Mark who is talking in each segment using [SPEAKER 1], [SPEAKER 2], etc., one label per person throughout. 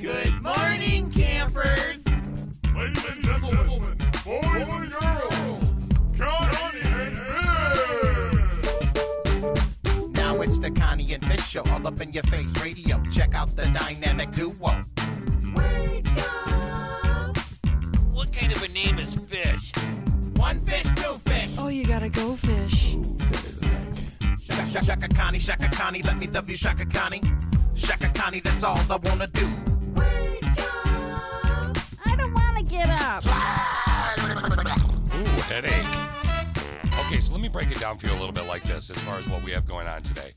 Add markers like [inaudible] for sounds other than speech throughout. [SPEAKER 1] Good morning, campers.
[SPEAKER 2] Ladies and gentlemen, boys and girls, Johnny and Bill!
[SPEAKER 3] Now it's the Connie and Fish show, all up in your face radio. Check out the dynamic duo.
[SPEAKER 4] What kind of a name is Fish?
[SPEAKER 3] One fish, two fish.
[SPEAKER 5] Oh, you gotta go fish.
[SPEAKER 3] Shaka, shaka, shaka Connie, shaka Connie, let me W shaka Connie. Shaka Connie, that's all I wanna do.
[SPEAKER 6] I don't want to get up.
[SPEAKER 7] Ooh, headache. Okay, so let me break it down for you a little bit like this as far as what we have going on today.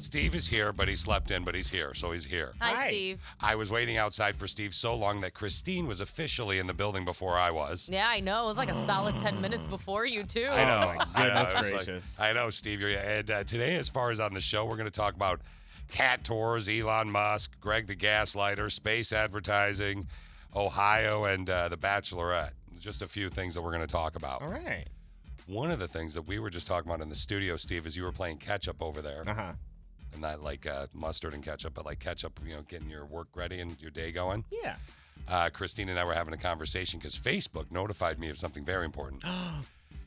[SPEAKER 7] Steve is here, but he slept in, but he's here, so he's here.
[SPEAKER 6] Hi, Steve.
[SPEAKER 7] I was waiting outside for Steve so long that Christine was officially in the building before I was.
[SPEAKER 8] Yeah, I know. It was like a solid 10 minutes
[SPEAKER 7] [gasps]
[SPEAKER 8] before you, too.
[SPEAKER 7] I know. [laughs] I know.
[SPEAKER 1] Oh, goodness
[SPEAKER 7] I was like,
[SPEAKER 1] gracious.
[SPEAKER 7] I know, Steve. You're, and uh, today, as far as on the show, we're going to talk about cat tours, Elon Musk, Greg the Gaslighter, space advertising, Ohio, and uh, The Bachelorette. Just a few things that we're going to talk about.
[SPEAKER 1] All right.
[SPEAKER 7] One of the things that we were just talking about in the studio, Steve, is you were playing catch up over there,
[SPEAKER 1] Uh huh.
[SPEAKER 7] and not like uh, mustard and ketchup, but like ketchup. You know, getting your work ready and your day going. [laughs]
[SPEAKER 1] Yeah.
[SPEAKER 7] Uh, Christine and I were having a conversation because Facebook notified me of something very important.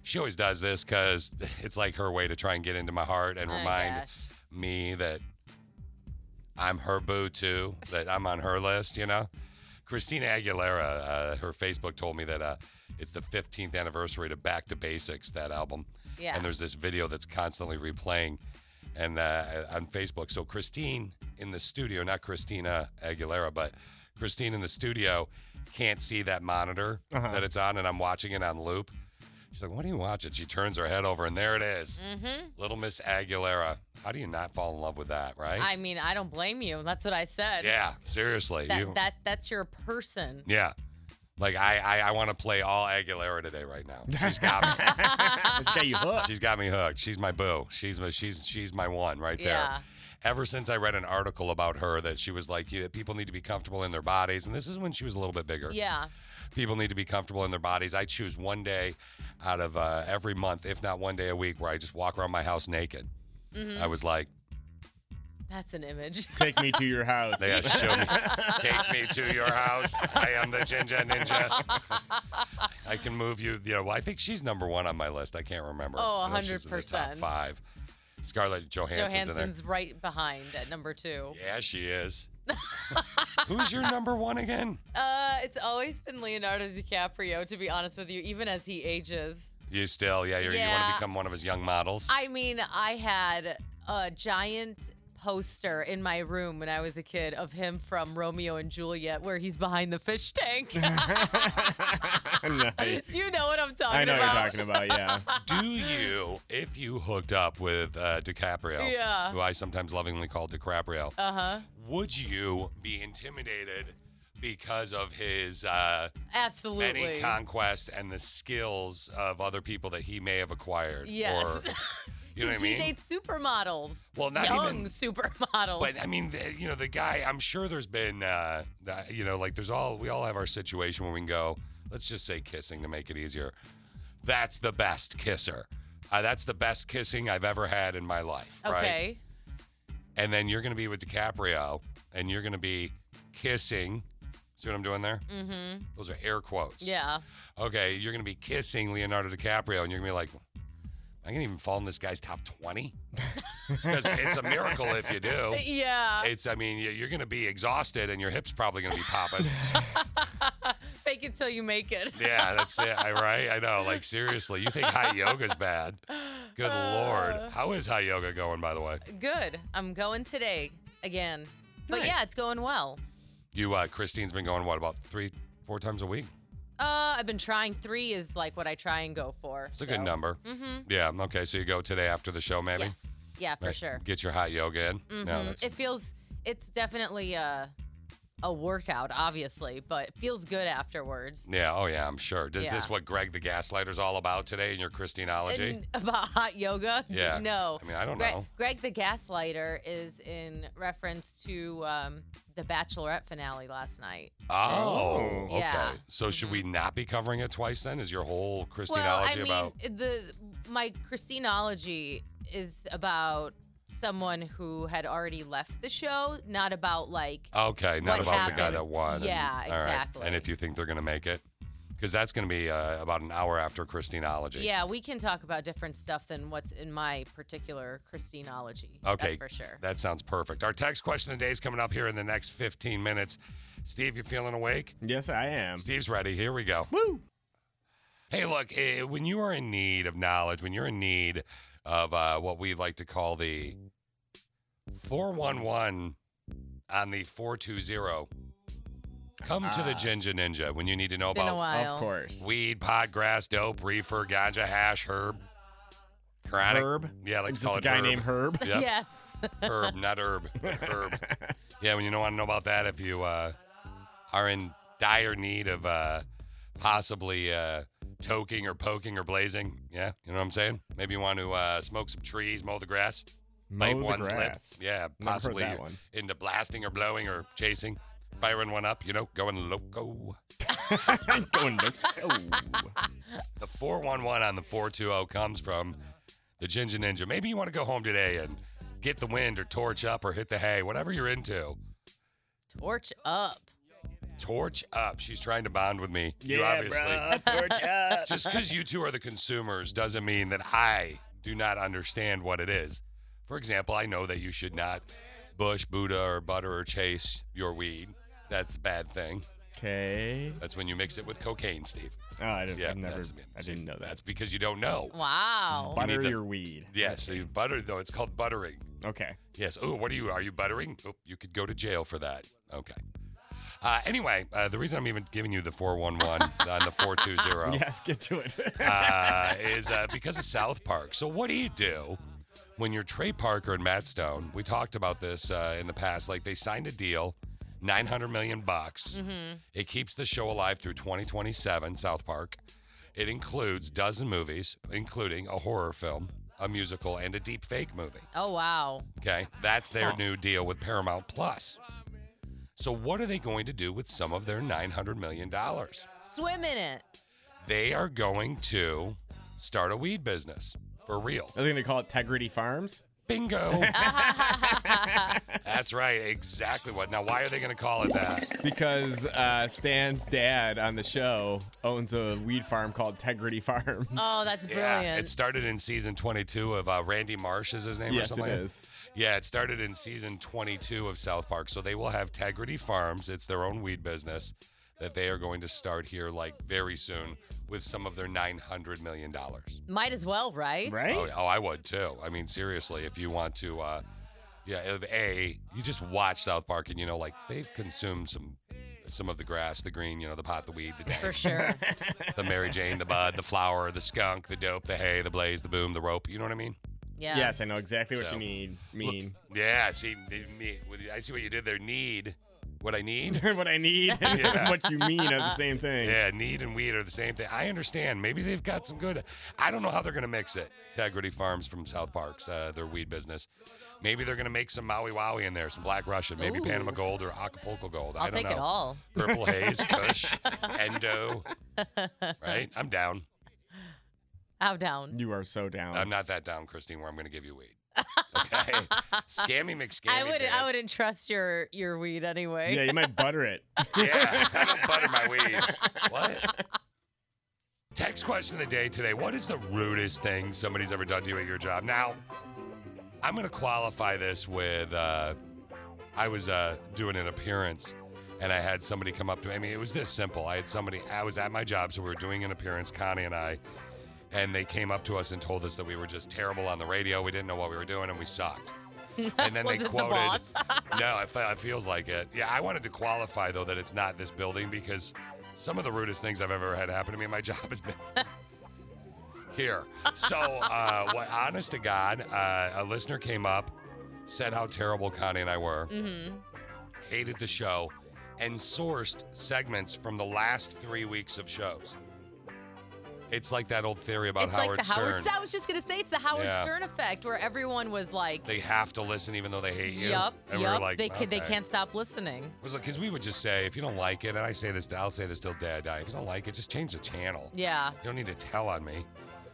[SPEAKER 7] she always does this because it's like her way to try and get into my heart and
[SPEAKER 8] Oh,
[SPEAKER 7] remind
[SPEAKER 8] gosh.
[SPEAKER 7] me that I'm her boo too, that I'm on her list, you know? Christina Aguilera, uh, her Facebook told me that uh, it's the 15th anniversary to Back to Basics, that album.
[SPEAKER 8] Yeah.
[SPEAKER 7] And there's this video that's constantly replaying and uh, on Facebook. So Christine in the studio, not Christina Aguilera, but Christine in the studio can't see that monitor
[SPEAKER 1] Uh-huh.
[SPEAKER 7] that it's on, and I'm watching it on loop. She's like, "What are you watching?" She turns her head over, and there it is.
[SPEAKER 8] Mm-hmm.
[SPEAKER 7] Little Miss Aguilera. How do you not fall in love with that, right?
[SPEAKER 8] I mean, I don't blame you. That's what I said.
[SPEAKER 7] yeah, seriously.
[SPEAKER 8] That,
[SPEAKER 7] you,
[SPEAKER 8] that That's your person.
[SPEAKER 7] yeah. Like I I, I want to play all Aguilera today right now. She's got
[SPEAKER 8] [laughs]
[SPEAKER 7] me.
[SPEAKER 1] Let's get you hooked.
[SPEAKER 7] she's got me hooked. She's my boo. She's my she's she's my one right there.
[SPEAKER 8] Yeah.
[SPEAKER 7] Ever since I read an article about her that she was like, you people need to be comfortable in their bodies, and this is when she was a little bit bigger.
[SPEAKER 8] Yeah.
[SPEAKER 7] People need to be comfortable in their bodies. I choose one day out of uh, every month, if not one day a week, where I just walk around my house naked. I was like,
[SPEAKER 8] Mm-hmm. That's an image.
[SPEAKER 1] Take me to your house.
[SPEAKER 7] They gotta
[SPEAKER 1] [laughs]
[SPEAKER 7] show
[SPEAKER 8] [laughs]
[SPEAKER 7] me. Take me to your house. I am the Jinja Ninja. I can move you. You know, I think she's number one on my list. I can't remember.
[SPEAKER 8] Oh,
[SPEAKER 7] I know she's in the Top
[SPEAKER 8] 100%.
[SPEAKER 7] five. Scarlett
[SPEAKER 8] [laughs]
[SPEAKER 7] Johansson's, in
[SPEAKER 8] Johansson's right behind at number two.
[SPEAKER 7] there. Yeah, she is. [laughs] Who's your number one again?
[SPEAKER 8] Uh, it's always been Leonardo DiCaprio, to be honest with you, even as he ages.
[SPEAKER 7] You still? Yeah, you're, you want
[SPEAKER 8] Yeah. Uh-uh.
[SPEAKER 7] to become one of his young models?
[SPEAKER 8] I mean, I had a giant poster in my room when I was a kid of him from Romeo and Juliet, where he's behind the
[SPEAKER 7] [laughs]
[SPEAKER 8] fish tank. [laughs]
[SPEAKER 1] nice.
[SPEAKER 8] you know what I'm talking
[SPEAKER 1] I know what
[SPEAKER 8] about.
[SPEAKER 1] you're talking about, yeah. [laughs]
[SPEAKER 7] Do you, if you hooked up with uh, DiCaprio,
[SPEAKER 8] Yeah.
[SPEAKER 7] who I sometimes lovingly call DiCaprio,
[SPEAKER 8] Uh huh.
[SPEAKER 7] would you be intimidated because of his? Uh,
[SPEAKER 8] Absolutely.
[SPEAKER 7] Any conquest and the skills of other people that he may have acquired. Or, you
[SPEAKER 8] Yes. [laughs]
[SPEAKER 7] know what I
[SPEAKER 8] Because
[SPEAKER 7] mean?
[SPEAKER 8] He dates supermodels.
[SPEAKER 7] Well, not
[SPEAKER 8] young
[SPEAKER 7] even-
[SPEAKER 8] supermodels.
[SPEAKER 7] but I mean, the, you know, the guy. I'm sure there's been, uh, the- you know, like there's all we all have our situation where we can go. Let's just say kissing to make it easier. That's the best kisser. Uh, that's the best kissing I've ever had in my life. Right.
[SPEAKER 8] [laughs] okay.
[SPEAKER 7] And then you're going to be with DiCaprio, and you're going to be kissing. See what I'm doing there?
[SPEAKER 8] Mm-hmm.
[SPEAKER 7] Those are air quotes.
[SPEAKER 8] Yeah.
[SPEAKER 7] okay, you're going to be kissing Leonardo DiCaprio, and you're going to be like, I can even fall in this guy's top [laughs] 20? Because it's a miracle if you do.
[SPEAKER 8] Yeah.
[SPEAKER 7] It's, I mean, you- you're going to be exhausted and your hips probably going to be
[SPEAKER 8] [laughs]
[SPEAKER 7] popping.
[SPEAKER 8] [laughs] Fake it till you make it. [laughs]
[SPEAKER 7] yeah, that's it. I, right? I know. Like, seriously, you think high yoga's bad. Good
[SPEAKER 8] Uh.
[SPEAKER 7] Lord. How is high yoga going, by the way?
[SPEAKER 8] Good. I'm going today again. But yeah,
[SPEAKER 1] Nice.
[SPEAKER 8] it's going well.
[SPEAKER 7] You, uh, Christine's been going, what, about three, four times a week?
[SPEAKER 8] Uh, I've been trying three is like what I try and go for.
[SPEAKER 7] It's a good number.
[SPEAKER 8] Mm-hmm.
[SPEAKER 7] Yeah. Okay. So you go today after the show, maybe?
[SPEAKER 8] Yes. Yeah, for
[SPEAKER 7] Right,
[SPEAKER 8] sure.
[SPEAKER 7] Get your hot yoga in.
[SPEAKER 8] hmm
[SPEAKER 7] No, that's
[SPEAKER 8] it feels. It's definitely uh, a workout, obviously, but it feels good afterwards.
[SPEAKER 7] Yeah, oh yeah, I'm sure. Does
[SPEAKER 8] Yeah.
[SPEAKER 7] this what Greg the Gaslighter's all about today in your Christinology?
[SPEAKER 8] And [laughs] about hot yoga?
[SPEAKER 7] Yeah.
[SPEAKER 8] [laughs] No.
[SPEAKER 7] I mean, I don't
[SPEAKER 8] Greg,
[SPEAKER 7] know.
[SPEAKER 8] Greg the Gaslighter is in reference to um, the Bachelorette finale last night.
[SPEAKER 7] Oh, okay.
[SPEAKER 8] Yeah. Mm-hmm.
[SPEAKER 7] So should we not be covering it twice then? Is your whole Christinology
[SPEAKER 8] well, I mean,
[SPEAKER 7] about
[SPEAKER 8] the my Christinology is about someone who had already left the show, not about like
[SPEAKER 7] Okay, not
[SPEAKER 8] what
[SPEAKER 7] about the guy
[SPEAKER 8] happened.
[SPEAKER 7] that won. and-
[SPEAKER 8] Yeah,
[SPEAKER 7] all right.
[SPEAKER 8] exactly.
[SPEAKER 7] And if you think they're going to make it because that's going to be uh, about an hour after Christinology.
[SPEAKER 8] Yeah, we can talk about different stuff than what's in my particular Christinology.
[SPEAKER 7] Okay.
[SPEAKER 8] That's for sure.
[SPEAKER 7] That sounds perfect. Our text question of the day is coming up here in the next 15 minutes. Steve, you feeling awake?
[SPEAKER 1] Yes, I am.
[SPEAKER 7] Steve's ready. Here we go.
[SPEAKER 1] Woo!
[SPEAKER 7] Hey, look, eh, when you are in need of knowledge, when you're in need of uh, what we like to call the 411 on the 420, come to the
[SPEAKER 1] Ah.
[SPEAKER 7] Ginger Ninja when you need to know
[SPEAKER 8] Been a
[SPEAKER 7] about
[SPEAKER 8] while.
[SPEAKER 1] Of course.
[SPEAKER 7] weed, pot, grass, dope, reefer, ganja, hash, herb, chronic.
[SPEAKER 1] Herb.
[SPEAKER 7] Yeah, I like to
[SPEAKER 1] Just
[SPEAKER 7] call
[SPEAKER 1] a
[SPEAKER 7] it
[SPEAKER 1] guy
[SPEAKER 7] herb.
[SPEAKER 1] named Herb.
[SPEAKER 7] Yep.
[SPEAKER 8] [laughs] Yes.
[SPEAKER 7] herb,
[SPEAKER 1] [laughs]
[SPEAKER 7] not herb. herb. Yeah, when you don't want to know about that, if you uh, are in dire need of uh, possibly uh, toking or poking or blazing, yeah, you know what I'm saying? Maybe you want to uh, smoke some trees, mow the grass,
[SPEAKER 1] Mow
[SPEAKER 7] pipe
[SPEAKER 1] the
[SPEAKER 7] one
[SPEAKER 1] grass. [laughs]
[SPEAKER 7] slip. Yeah,
[SPEAKER 1] heard
[SPEAKER 7] possibly
[SPEAKER 1] that one.
[SPEAKER 7] into blasting or blowing or chasing, firing one up, you know, going loco.
[SPEAKER 1] I'm going to.
[SPEAKER 7] [laughs]
[SPEAKER 1] Oh.
[SPEAKER 7] The 411 on the 420 comes from the Ginger Ninja. Maybe you want to go home today and get the wind or torch up or hit the hay, whatever you're into.
[SPEAKER 8] Torch up.
[SPEAKER 7] Torch up. She's trying to bond with me. you
[SPEAKER 1] Yeah,
[SPEAKER 7] obviously.
[SPEAKER 1] bro. Torch up.
[SPEAKER 7] [laughs] Just because you two are the consumers doesn't mean that I do not understand what it is. For example, I know that you should not bush, Buddha, or butter or chase your weed. That's a bad thing.
[SPEAKER 1] Okay.
[SPEAKER 7] That's when you mix it with cocaine, Steve.
[SPEAKER 1] Oh, I didn't. I've never.
[SPEAKER 7] that's-
[SPEAKER 1] I didn't know
[SPEAKER 7] That's
[SPEAKER 1] that.
[SPEAKER 7] because you don't know.
[SPEAKER 8] Wow.
[SPEAKER 7] You
[SPEAKER 1] Butter
[SPEAKER 7] need the-
[SPEAKER 1] your weed.
[SPEAKER 7] Yeah, so you butter though. It's called buttering.
[SPEAKER 1] Okay.
[SPEAKER 7] Yes. Oh, what are you? Are you buttering? Oh, you could go to jail for that. Okay. Uh, anyway, uh, the reason I'm even giving you the 411 on uh, the 420
[SPEAKER 1] Yes, get to it. [laughs]
[SPEAKER 7] uh, is uh, because of South Park. So, what do you do when you're Trey Parker and Matt Stone? We talked about this uh, in the past. Like they signed a deal, 900 million bucks. It keeps the show alive through 2027. South Park. It includes dozen movies, including a horror film, a musical, and a deep fake movie.
[SPEAKER 8] Oh wow.
[SPEAKER 7] Okay, that's their
[SPEAKER 1] Huh.
[SPEAKER 7] new deal with Paramount Plus. So, what are they going to do with some of their 900 million dollars?
[SPEAKER 8] Swim in it.
[SPEAKER 7] they are going to start a weed business for real.
[SPEAKER 1] Are they gonna call it Tegrity Farms?
[SPEAKER 7] Bingo. [laughs] That's right. Exactly what. Now, why are they going to call it that?
[SPEAKER 1] Because uh, Stan's dad on the show owns a weed farm called Tegrity Farms.
[SPEAKER 8] Oh, that's brilliant.
[SPEAKER 7] Yeah, it started in season 22 of uh, Randy Marsh is his name
[SPEAKER 1] [laughs]
[SPEAKER 7] or
[SPEAKER 1] yes,
[SPEAKER 7] something.
[SPEAKER 1] it
[SPEAKER 7] like that?
[SPEAKER 1] is.
[SPEAKER 7] Yeah, it started in season 22 of South Park. So they will have Tegrity Farms. It's their own weed business that they are going to start here like very soon with some of their 900 million dollars.
[SPEAKER 8] Might as well, right?
[SPEAKER 1] Right?
[SPEAKER 7] Oh, oh, I would too. I mean, seriously, if you want to, uh, yeah, if a you just watch South Park and you know, like they've consumed some some of the grass, the green, you know, the pot, the weed, the
[SPEAKER 8] For
[SPEAKER 7] dank, [laughs]
[SPEAKER 8] sure.
[SPEAKER 7] the Mary Jane, the bud, the flower, the skunk, the dope, the hay, the blaze, the boom, the rope. You know what I mean?
[SPEAKER 8] Yeah.
[SPEAKER 1] Yes, I know exactly what
[SPEAKER 7] So-
[SPEAKER 1] you need. Mean. [laughs]
[SPEAKER 7] Yeah. I See, they- me- I see what you did there. Need what I
[SPEAKER 8] [laughs]
[SPEAKER 7] need.
[SPEAKER 1] what I
[SPEAKER 7] [laughs]
[SPEAKER 1] need and
[SPEAKER 7] Yeah.
[SPEAKER 1] what you mean are the same thing.
[SPEAKER 7] Yeah, need and weed are the same thing. I understand. Maybe they've got some good. I don't know how they're going to mix it. Integrity Farms from South Park's uh, their weed business. Maybe they're going to make some Maui Wowie in there, some Black Russian, maybe
[SPEAKER 8] Ooh.
[SPEAKER 7] Panama Gold or Acapulco Gold. I
[SPEAKER 8] I'll
[SPEAKER 7] don't
[SPEAKER 8] take
[SPEAKER 7] know.
[SPEAKER 8] it all.
[SPEAKER 7] Purple
[SPEAKER 8] [laughs]
[SPEAKER 7] Haze, Kush, Endo. Right? I'm down.
[SPEAKER 8] How down?
[SPEAKER 1] You are so down.
[SPEAKER 7] I'm not that down, Christine. Where I'm going to give you weed.
[SPEAKER 8] [laughs]
[SPEAKER 7] Okay. Scammy McScammy.
[SPEAKER 8] I would
[SPEAKER 7] pants.
[SPEAKER 8] I wouldn't trust your your weed anyway.
[SPEAKER 1] Yeah, you might butter it.
[SPEAKER 7] [laughs] Yeah, I don't butter my weeds. What? Text question of the day today. What is the rudest thing somebody's ever done to you at your job? Now, I'm going to qualify this with uh, I was uh, doing an appearance and I had somebody come up to me. I mean, it was this simple. I had somebody, I was at my job, so we were doing an appearance, Connie and I, and they came up to us and told us that we were just terrible on the radio. We didn't know what we were doing and we
[SPEAKER 8] [laughs]
[SPEAKER 7] sucked. And then
[SPEAKER 8] Was
[SPEAKER 7] they
[SPEAKER 8] it
[SPEAKER 7] quoted
[SPEAKER 8] the boss? [laughs]
[SPEAKER 7] no, it, fe- it feels like it. Yeah, I wanted to qualify though that it's not this building because some of the rudest things I've ever had happen to me in my [laughs] job
[SPEAKER 8] [laughs]
[SPEAKER 7] has been here. So, uh, what, honest to God, uh, a listener came up, said how terrible Connie and I were,
[SPEAKER 8] mm-hmm.
[SPEAKER 7] hated the show, and sourced segments from the last three weeks of shows. It's like that old theory about
[SPEAKER 8] it's
[SPEAKER 7] Howard
[SPEAKER 8] like the Howard.
[SPEAKER 7] Stern.
[SPEAKER 8] I was just gonna say it's the Howard
[SPEAKER 7] Yeah.
[SPEAKER 8] Stern effect, where everyone was like,
[SPEAKER 7] They have to listen even though they hate you.
[SPEAKER 8] "Yup,
[SPEAKER 7] And we were
[SPEAKER 8] yup,
[SPEAKER 7] like,
[SPEAKER 8] they can, they
[SPEAKER 7] okay.
[SPEAKER 8] can't stop listening."
[SPEAKER 7] It was like because we would just say if you don't like it, and I say this, to- I'll say this till day I die. If you don't like it, just change the channel.
[SPEAKER 8] Yeah.
[SPEAKER 7] You don't need to tell on me.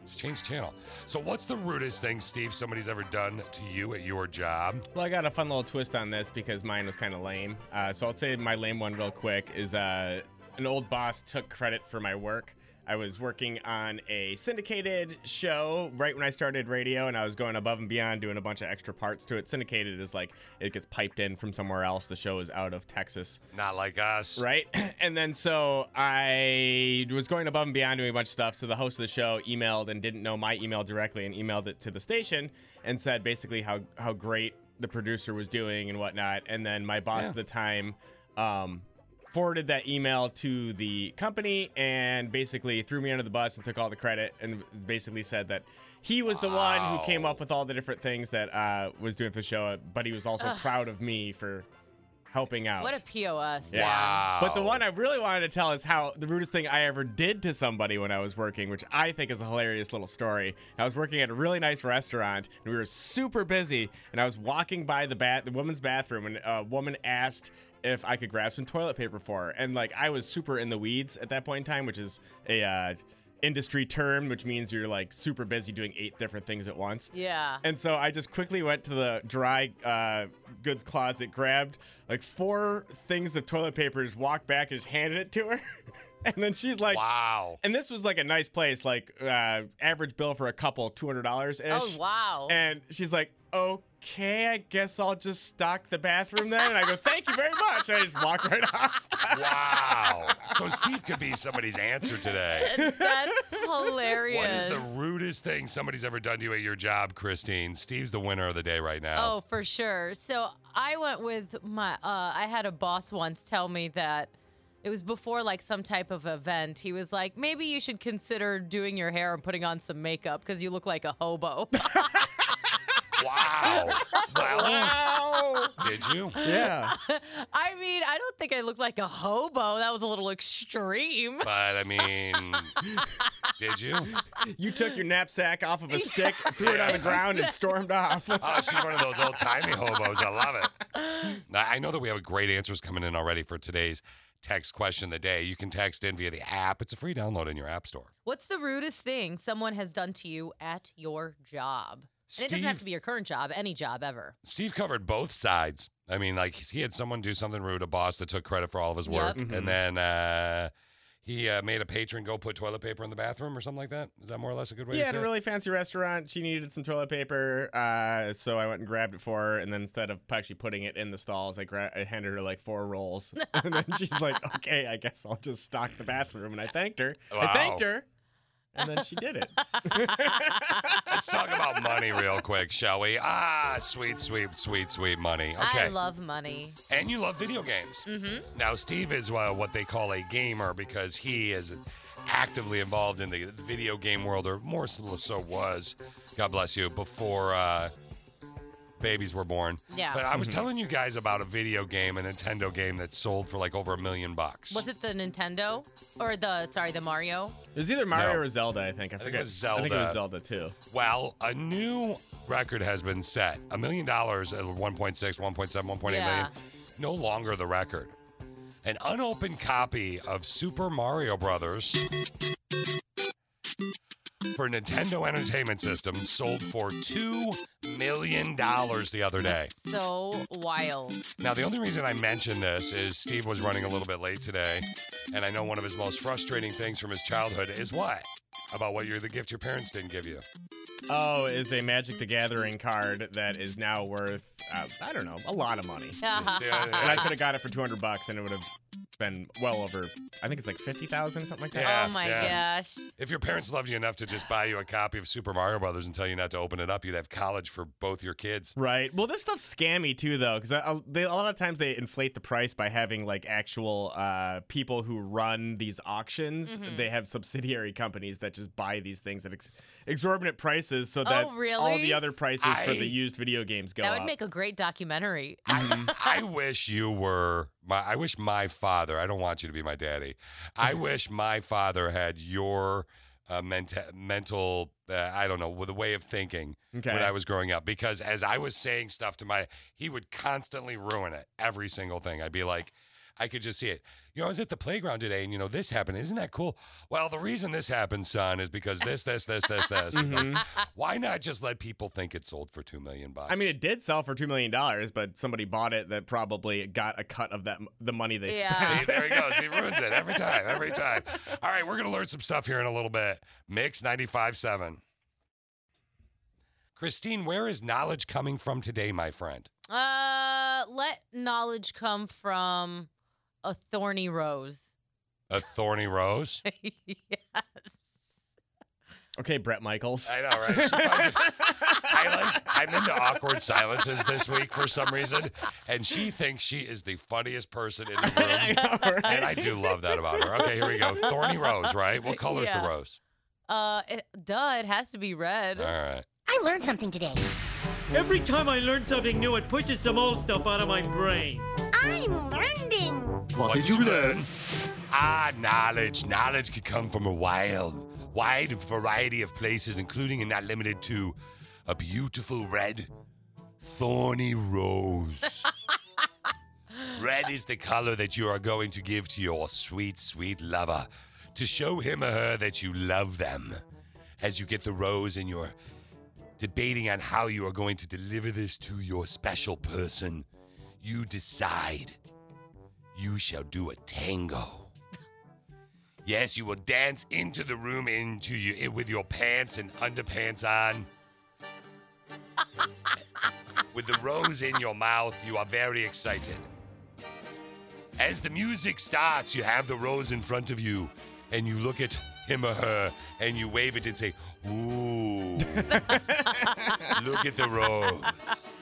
[SPEAKER 7] Just change the channel. So, what's the rudest thing, Steve, somebody's ever done to you at your job?
[SPEAKER 1] Well, I got a fun little twist on this because mine was kind of lame. Uh, so I'll say my lame one real quick is uh, an old boss took credit for my work. I was working on a syndicated show right when I started radio, and I was going above and beyond doing a bunch of extra parts to it. Syndicated is like it gets piped in from somewhere else. The show is out of Texas.
[SPEAKER 7] Not like us.
[SPEAKER 1] Right. [clears throat] And then so I was going above and beyond doing a bunch of stuff. So the host of the show emailed and didn't know my email directly and emailed it to the station and said basically how, how great the producer was doing and whatnot. And then my boss
[SPEAKER 7] Yeah.
[SPEAKER 1] at the time um, forwarded that email to the company and basically threw me under the bus and took all the credit and basically said that he was the one who came
[SPEAKER 7] Wow.
[SPEAKER 1] up with all the different things that uh, was doing for the show, but he was also
[SPEAKER 8] Ugh.
[SPEAKER 1] proud of me for helping out.
[SPEAKER 8] What a pos.
[SPEAKER 1] Yeah.
[SPEAKER 8] man.
[SPEAKER 7] Wow.
[SPEAKER 1] But the one I really wanted to tell is how the rudest thing I ever did to somebody when I was working, which I think is a hilarious little story. I was working at a really nice restaurant and we were super busy, and I was walking by the bat the woman's bathroom and a woman asked if I could grab some toilet paper for her. And like I was super in the weeds at that point in time, which is a uh, industry term, which means you're like super busy doing eight different things at once.
[SPEAKER 8] Yeah.
[SPEAKER 1] And so I just quickly went to the dry uh, goods closet, grabbed like four things of toilet paper, just walked back, and just handed it to her. [laughs] and then she's like,
[SPEAKER 7] wow.
[SPEAKER 1] and this was like a nice place, like uh, average bill for a couple, $200 ish.
[SPEAKER 8] Oh wow.
[SPEAKER 1] And she's like, okay, I guess I'll just stock the bathroom then. And I go, thank you very much. And I just walk right off.
[SPEAKER 7] Wow. so, Steve could be somebody's answer today.
[SPEAKER 8] That's
[SPEAKER 7] [laughs]
[SPEAKER 8] hilarious.
[SPEAKER 7] What is the rudest thing somebody's ever done to you at your job, Christine? Steve's the winner of the day right now.
[SPEAKER 8] Oh, for sure. So I went with my. Uh, I had a boss once tell me that it was before like some type of event. He was like, maybe you should consider doing your hair and putting on some makeup because you look like a hobo. [laughs]
[SPEAKER 7] Wow. well,
[SPEAKER 1] Wow.
[SPEAKER 7] did you?
[SPEAKER 1] yeah.
[SPEAKER 8] I mean, I don't think I looked like a hobo. That was a little extreme.
[SPEAKER 7] But I mean, did you?
[SPEAKER 1] You took your knapsack off of a stick, threw it on the ground, and stormed off.
[SPEAKER 7] Oh, she's one of those old timey hobos. I love it. Now, I know that we have great answers coming in already for today's text question of the day. You can text in via the app. It's a free download in your app store.
[SPEAKER 8] What's the rudest thing someone has done to you at your job? And it doesn't have to be your current job, any job ever.
[SPEAKER 7] Steve covered both sides. I mean, like he had someone do something rude, a boss that took credit for all of his
[SPEAKER 8] Yep.
[SPEAKER 7] work,
[SPEAKER 1] Mhm.
[SPEAKER 7] and then uh, he uh, made a patron go put toilet paper in the bathroom or something like that. Is that more or less a good way
[SPEAKER 1] yeah,
[SPEAKER 7] to
[SPEAKER 1] at
[SPEAKER 7] say
[SPEAKER 1] a
[SPEAKER 7] it?
[SPEAKER 1] really fancy restaurant. She needed some toilet paper, uh, so I went and grabbed it for her. And then instead of actually putting it in the stalls, I, gra- I handed her like four rolls. [laughs] and then she's like, "Okay, I guess I'll just stock the bathroom." And I thanked her. I thanked
[SPEAKER 7] Wow.
[SPEAKER 1] her, and then she did it.
[SPEAKER 7] Let's talk about money real quick, shall we? Ah, sweet, sweet, sweet, sweet money. Okay.
[SPEAKER 8] I love money.
[SPEAKER 7] and you love video games. Mm-hmm. Now, Steve is uh, what they call a gamer because he is actively involved in the video game world, or more so so was, God bless you, before uh, babies were born.
[SPEAKER 8] Yeah.
[SPEAKER 7] But I was telling you guys about a video game, a Nintendo game that sold for like over a million bucks.
[SPEAKER 8] Was it the Nintendo or the sorry, the Mario?
[SPEAKER 1] It was either Mario
[SPEAKER 7] No.
[SPEAKER 1] or Zelda, I think. I,
[SPEAKER 7] think
[SPEAKER 1] forget.
[SPEAKER 7] it was
[SPEAKER 1] I think it was Zelda
[SPEAKER 7] Zelda.
[SPEAKER 1] too.
[SPEAKER 7] Well, a new record has been set. A million dollars at 1.6, 1.7, 1.8 million.
[SPEAKER 8] Yeah.
[SPEAKER 7] No longer the record. An unopened copy of Super Mario Brothers for Nintendo Entertainment System sold for $2 million the other day.
[SPEAKER 8] So wild. [laughs]
[SPEAKER 7] Now, the only reason I mention this is Steve was running a little bit late today, and I know one of his most frustrating things from his childhood is what? About what you're the gift your parents didn't give you.
[SPEAKER 1] Oh, is a Magic the Gathering card that is now worth uh, I don't know a lot of money.
[SPEAKER 7] It's- yeah,
[SPEAKER 1] And I
[SPEAKER 8] Oh Uh-huh.
[SPEAKER 7] yeah, Uh.
[SPEAKER 1] could have got it for two hundred bucks, and it would have been well over, I think it's like 50,000, something like that.
[SPEAKER 7] Yeah,
[SPEAKER 8] oh my
[SPEAKER 7] yeah.
[SPEAKER 8] gosh.
[SPEAKER 7] If your parents loved you enough to just buy you a copy of Super Mario Brothers and tell you not to open it up, you'd have college for both your kids.
[SPEAKER 1] Right. Well, this stuff's scammy too, though, because a lot of times they inflate the price by having like actual uh, people who run these auctions.
[SPEAKER 8] Mm-hmm.
[SPEAKER 1] They have subsidiary companies that just buy these things at ex- exorbitant prices, so that all
[SPEAKER 8] Oh, really?
[SPEAKER 1] the other prices for
[SPEAKER 7] I-
[SPEAKER 1] the used video games go
[SPEAKER 8] That
[SPEAKER 1] up.
[SPEAKER 8] would make a
[SPEAKER 7] [clears throat]
[SPEAKER 8] great documentary.
[SPEAKER 1] Mm-hmm.
[SPEAKER 7] [laughs] I wish you were my. I wish my father. I don't want you to be my daddy. I wish my father had your uh, menta- mental. Uh, I don't know with a way of thinking
[SPEAKER 1] Okay.
[SPEAKER 7] when I was growing up. Because as I was saying stuff to my, he would constantly ruin it. Every single thing. I'd be like. I could just see it. You know, I was at the playground today, and you know this happened. Isn't that cool? Well, the reason this happened, son, is because this, this, this, this, this.
[SPEAKER 1] Mhm.
[SPEAKER 7] Why not just let people think it sold for two million bucks?
[SPEAKER 1] I mean, it did sell for two million dollars, but somebody bought it that probably got a cut of that m- the money they
[SPEAKER 8] Yeah.
[SPEAKER 1] spent.
[SPEAKER 7] [laughs] See, there he goes. He ruins it every time, every time. All right, we're going to learn some stuff here in a little bit. Mix 95.7. Christine, where is knowledge coming from today, my friend?
[SPEAKER 8] Uh, let knowledge come from a thorny rose. [laughs]
[SPEAKER 7] A thorny rose?
[SPEAKER 8] yes.
[SPEAKER 1] [laughs] Okay, Brett Michaels. [laughs]
[SPEAKER 7] I know, right? She finds it- I like, I'm into awkward silences this week for some reason, and she thinks she is the funniest person in the
[SPEAKER 8] [laughs]
[SPEAKER 7] room.
[SPEAKER 1] know, right?
[SPEAKER 7] And I do love that about her. Okay, here we go. Thorny rose, right? What color's
[SPEAKER 8] Yeah.
[SPEAKER 7] the rose?
[SPEAKER 8] Uh, it, duh, it has to be red.
[SPEAKER 7] All right.
[SPEAKER 6] I learned something today.
[SPEAKER 5] Every time I learn something new, it pushes some old stuff out of my brain.
[SPEAKER 6] I'm learning.
[SPEAKER 7] What did you learn? Ah, knowledge. Knowledge could come from a wild, wide variety of places, including and not limited to a beautiful red, thorny [laughs] rose. red is the color that you are going to give to your sweet, sweet lover to show him or her that you love them. As you get the rose and you're debating on how you are going to deliver this to your special person, you decide you shall do a tango. Yes, you will dance into the room into you with your pants and underpants on. with the rose in your mouth, you are very excited. As the music starts, you have the rose in front of you, and you look at him or her, and you wave it and say, "Ooh, look at the rose."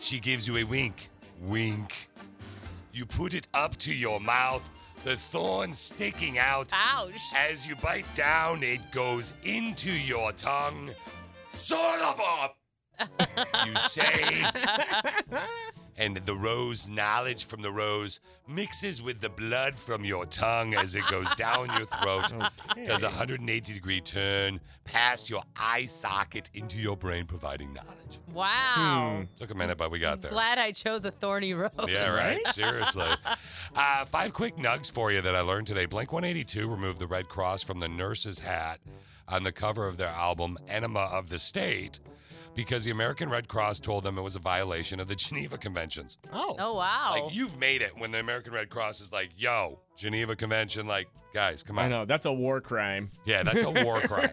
[SPEAKER 7] She gives you a wink. Wink. You put it up to your mouth, the thorn sticking out.
[SPEAKER 8] Ouch.
[SPEAKER 7] As you bite down, it goes into your tongue. Sort of up! [laughs] you say. And the rose knowledge from the rose mixes with the blood from your tongue as it goes down your throat, does a 180 degree turn past your eye socket into your brain, providing knowledge.
[SPEAKER 8] Wow.
[SPEAKER 7] Took a minute, but we got Hmm. there.
[SPEAKER 8] Glad I chose a thorny rose. [laughs]
[SPEAKER 7] Yeah, right. Seriously. Uh, five quick nugs for you that I learned today. Blink 182 removed the Red Cross from the nurse's hat on the cover of their album, Enema of the State, because the American Red Cross told them it was a violation of the [laughs] Geneva Conventions.
[SPEAKER 1] oh.
[SPEAKER 8] Oh wow.
[SPEAKER 7] Like, you've made it when the American Red Cross is like, yo, Geneva Convention, like, guys, come on.
[SPEAKER 1] I know that's a war crime.
[SPEAKER 7] Yeah, that's a war crime.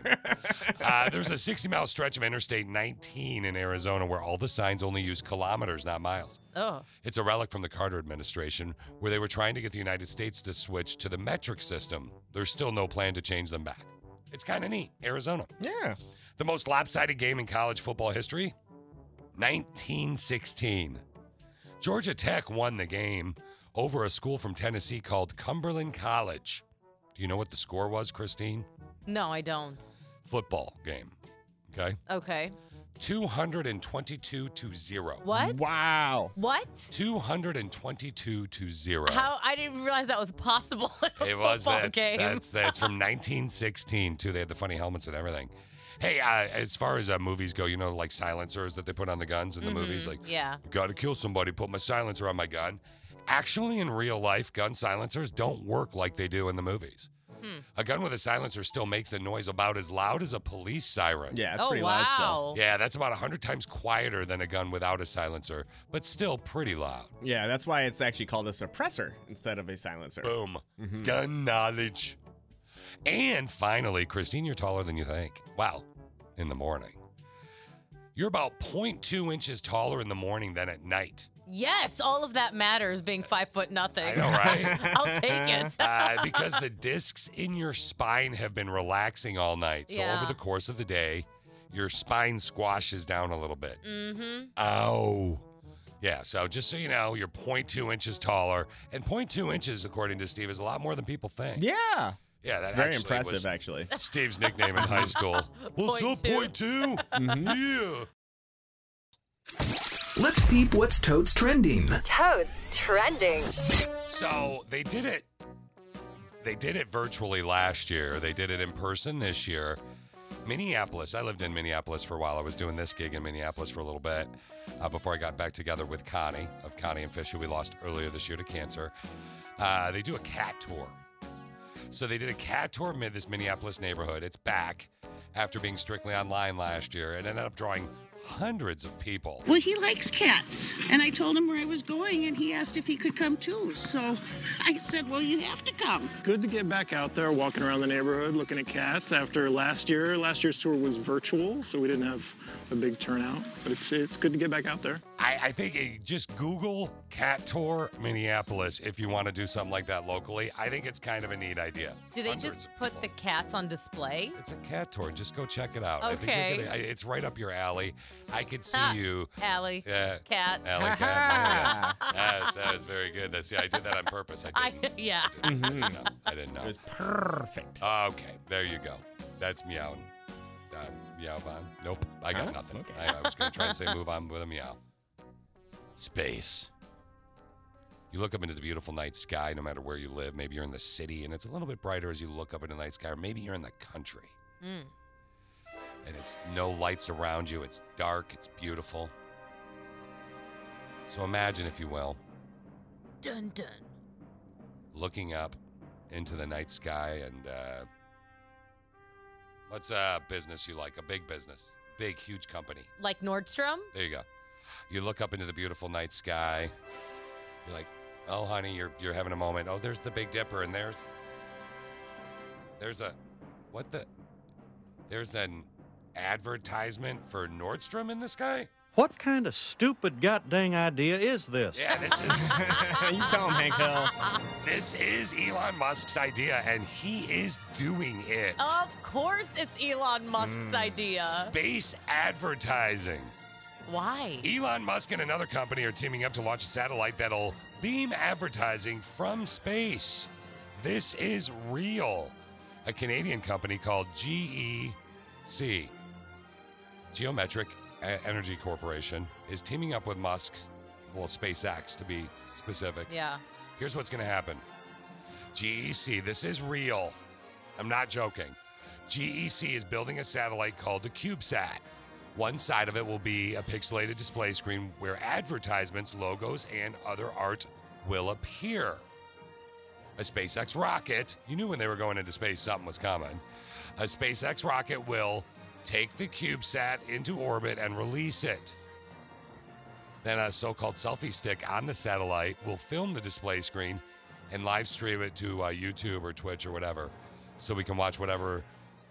[SPEAKER 7] Uh, there's a 60 mile stretch of Interstate 19 in Arizona where all the signs only use kilometers, not miles.
[SPEAKER 8] oh.
[SPEAKER 7] It's a relic from the Carter administration, where they were trying to get the United States to switch to the metric system. There's still no plan to change them back. It's kind of neat. Arizona.
[SPEAKER 1] Yeah.
[SPEAKER 7] The most lopsided game in college football history? 1916. Georgia Tech won the game over a school from Tennessee called Cumberland College. Do you know what the score was, Christine?
[SPEAKER 8] No, I don't.
[SPEAKER 7] Football game. Okay.
[SPEAKER 8] Okay.
[SPEAKER 7] 222 to 0.
[SPEAKER 8] What?
[SPEAKER 1] Wow.
[SPEAKER 8] What?
[SPEAKER 7] 222 to 0.
[SPEAKER 8] How? I didn't realize that was possible. in a
[SPEAKER 7] [laughs] It was
[SPEAKER 8] football
[SPEAKER 7] that's,
[SPEAKER 8] game.
[SPEAKER 7] That's, that's from 1916 too. They had the funny helmets and everything. Hey, uh, as far as uh, movies go, you know, like silencers that they put on the guns
[SPEAKER 8] Mm-hmm.
[SPEAKER 7] in the movies, like
[SPEAKER 8] yeah.
[SPEAKER 7] you got to kill somebody, put my silencer on my gun. Actually, in real life, gun silencers don't work like they do in the movies.
[SPEAKER 8] Hmm.
[SPEAKER 7] A gun with a silencer still makes a noise about as loud as a police siren.
[SPEAKER 1] Yeah. It's
[SPEAKER 8] oh
[SPEAKER 1] pretty loud still.
[SPEAKER 8] wow.
[SPEAKER 7] Yeah, that's about 100 times quieter than a gun without a silencer, but still pretty loud.
[SPEAKER 1] Yeah, that's why it's actually called a suppressor instead of a silencer. Mm-hmm.
[SPEAKER 7] Boom.
[SPEAKER 8] Hmm.
[SPEAKER 7] Gun knowledge. And finally, Christine, you're taller than you think. Wow. In the morning. You're about 0.2 inches taller in the morning than at night.
[SPEAKER 8] Yes, all of that matters. Being five foot nothing.
[SPEAKER 7] I know, right?
[SPEAKER 8] [laughs] I'll take it.
[SPEAKER 7] [laughs]
[SPEAKER 8] [laughs]
[SPEAKER 7] uh, because the discs in your spine have been relaxing all night. So
[SPEAKER 8] Yeah.
[SPEAKER 7] over the course of the day, your spine squashes down a little bit.
[SPEAKER 8] Mm-hmm.
[SPEAKER 7] Ow. Yeah, so just so you know, you're 0.2 inches taller. And 0.2 inches, according to Steve, is a lot more than people think.
[SPEAKER 1] Yeah.
[SPEAKER 7] Yeah, that's
[SPEAKER 1] It's very impressive,
[SPEAKER 7] [laughs]
[SPEAKER 1] actually.
[SPEAKER 7] Steve's nickname in high school. What's up, 0.2? Yeah.
[SPEAKER 9] Let's peep what's totes trending.
[SPEAKER 10] Toads trending.
[SPEAKER 7] So they did it. They did it virtually last year. They did it in person this year. Minneapolis. I lived in Minneapolis for a while. I was doing this gig in Minneapolis for a little bit uh, before I got back together with Connie of Connie and Fish, who we lost earlier this year to cancer. Uh, they do a cat tour. So they did a cat tour mid this Minneapolis neighborhood. It's back after being strictly online last year and ended up drawing hundreds of people.
[SPEAKER 11] Well, he likes cats. And I told him where I was going, and he asked if he could come too. So I said, Well, you have to come.
[SPEAKER 12] Good to get back out there, walking around the neighborhood, looking at cats. After last year, last year's tour was virtual, so we didn't have a big turnout. But it's, it's good to get back out there.
[SPEAKER 7] I, I think it, just Google Cat Tour Minneapolis if you want to do something like that locally. I think it's kind of a neat idea.
[SPEAKER 8] Do they just put the cats on display?
[SPEAKER 7] It's a cat tour. Just go check it out. I think you're
[SPEAKER 8] Okay.
[SPEAKER 7] gonna- I- it's right up your alley. I could see
[SPEAKER 8] [laughs] Ah,
[SPEAKER 7] you.
[SPEAKER 8] Allie.
[SPEAKER 7] Yeah.
[SPEAKER 8] Cat. [laughs]
[SPEAKER 7] Alley
[SPEAKER 1] [laughs]
[SPEAKER 7] cat. yeah. Yes, that is very good. That's, yeah, I did that on purpose. I
[SPEAKER 8] [laughs] I,
[SPEAKER 7] didn't,
[SPEAKER 8] yeah.
[SPEAKER 7] I didn't know.
[SPEAKER 1] It was perfect.
[SPEAKER 7] Okay, there you go. That's meowing. Uh, meow on. Nope, I got
[SPEAKER 1] Huh?
[SPEAKER 7] nothing.
[SPEAKER 1] Okay.
[SPEAKER 7] I, I was going to try and
[SPEAKER 1] [laughs]
[SPEAKER 7] say move on with a meow. Space. You look up into the beautiful night sky, no matter where you live. Maybe you're in the city and it's a little bit brighter as you look up into the night sky, or maybe you're in the country
[SPEAKER 1] Hmm.
[SPEAKER 8] Mm.
[SPEAKER 7] and it's no lights around you. It's dark, it's beautiful. So imagine, if you will,
[SPEAKER 8] Dun dun.
[SPEAKER 7] looking up into the night sky and uh, what's a business you like? A big business, big, huge company.
[SPEAKER 8] Like Nordstrom?
[SPEAKER 7] There you go. You look up into the beautiful night sky. You're like, oh, honey, you're you're having a moment. Oh, there's the Big Dipper, and there's there's a what the there's an advertisement for Nordstrom in the sky.
[SPEAKER 13] What kind of stupid goddamn idea is this?
[SPEAKER 7] Yeah, this is
[SPEAKER 1] [laughs] you tell him, Hank
[SPEAKER 8] [laughs]
[SPEAKER 1] Hill. [laughs]
[SPEAKER 7] this is Elon Musk's idea, and he is doing it.
[SPEAKER 8] Of course it's Elon Musk's
[SPEAKER 7] Hmm.
[SPEAKER 8] idea.
[SPEAKER 7] Space advertising.
[SPEAKER 8] Why?
[SPEAKER 7] Elon Musk and another company are teaming up to launch a satellite that'll beam advertising from space. This is real. A Canadian company called GEC, Geometric E- Energy Corporation, is teaming up with Musk, well, SpaceX to be specific.
[SPEAKER 8] Yeah.
[SPEAKER 7] Here's what's going to happen GEC, this is real. I'm not joking. GEC is building a satellite called the CubeSat. One side of it will be a pixelated display screen where advertisements, logos, and other art will appear. A SpaceX rocket, you knew when they were going into space something was coming. A SpaceX rocket will take the CubeSat into orbit and release it. Then a so called selfie stick on the satellite will film the display screen and live stream it to uh, YouTube or Twitch or whatever so we can watch whatever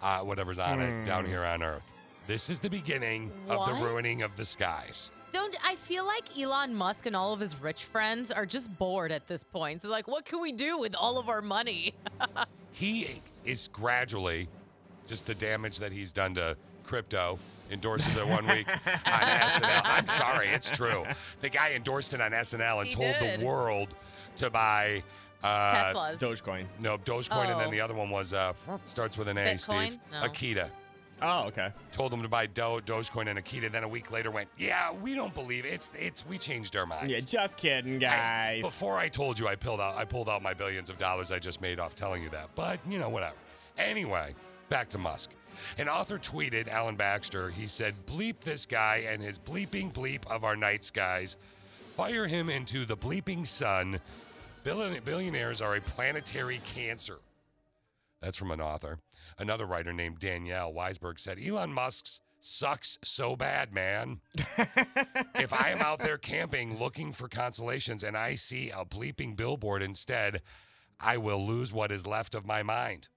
[SPEAKER 7] uh, whatever's on it down here on Earth. This is the beginning of the
[SPEAKER 8] What?
[SPEAKER 7] ruining of the skies.
[SPEAKER 8] Don't I feel like Elon Musk and all of his rich friends are just bored at this point. So like, what can we do with all of our money?
[SPEAKER 7] He is gradually just the damage that he's done to crypto. Endorses it one week on SNL. I'm sorry, it's true. The guy endorsed it on SNL and
[SPEAKER 8] He
[SPEAKER 7] told
[SPEAKER 8] did.
[SPEAKER 7] the world to buy uh,
[SPEAKER 8] [laughs] Teslas.
[SPEAKER 1] Dogecoin.
[SPEAKER 7] No, Dogecoin, and then
[SPEAKER 8] Oh.
[SPEAKER 7] the other one was uh, starts with an A.
[SPEAKER 8] Bitcoin?
[SPEAKER 7] Steve
[SPEAKER 8] No.
[SPEAKER 7] Akita
[SPEAKER 1] Oh, okay.
[SPEAKER 7] told him to buy Do- Dogecoin and Akita. Then a week later, went, yeah, we don't believe it. it's it's we changed our minds.
[SPEAKER 1] Yeah, just kidding, guys.
[SPEAKER 7] Before I told you, I pulled out I pulled out my billions of dollars I just made off telling you that. But you know, whatever. Anyway, back to Musk. An author tweeted Alan Baxter. He said, "Bleep this guy and his bleeping bleep of our night skies. Fire him into the bleeping sun. Billion- billionaires are a planetary cancer." That's from an author. Another writer named Danielle Weisberg said, Elon Musk's sucks so bad, man. if I am out there camping looking for consolations and I see a bleeping billboard instead, I will lose what is left of my mind.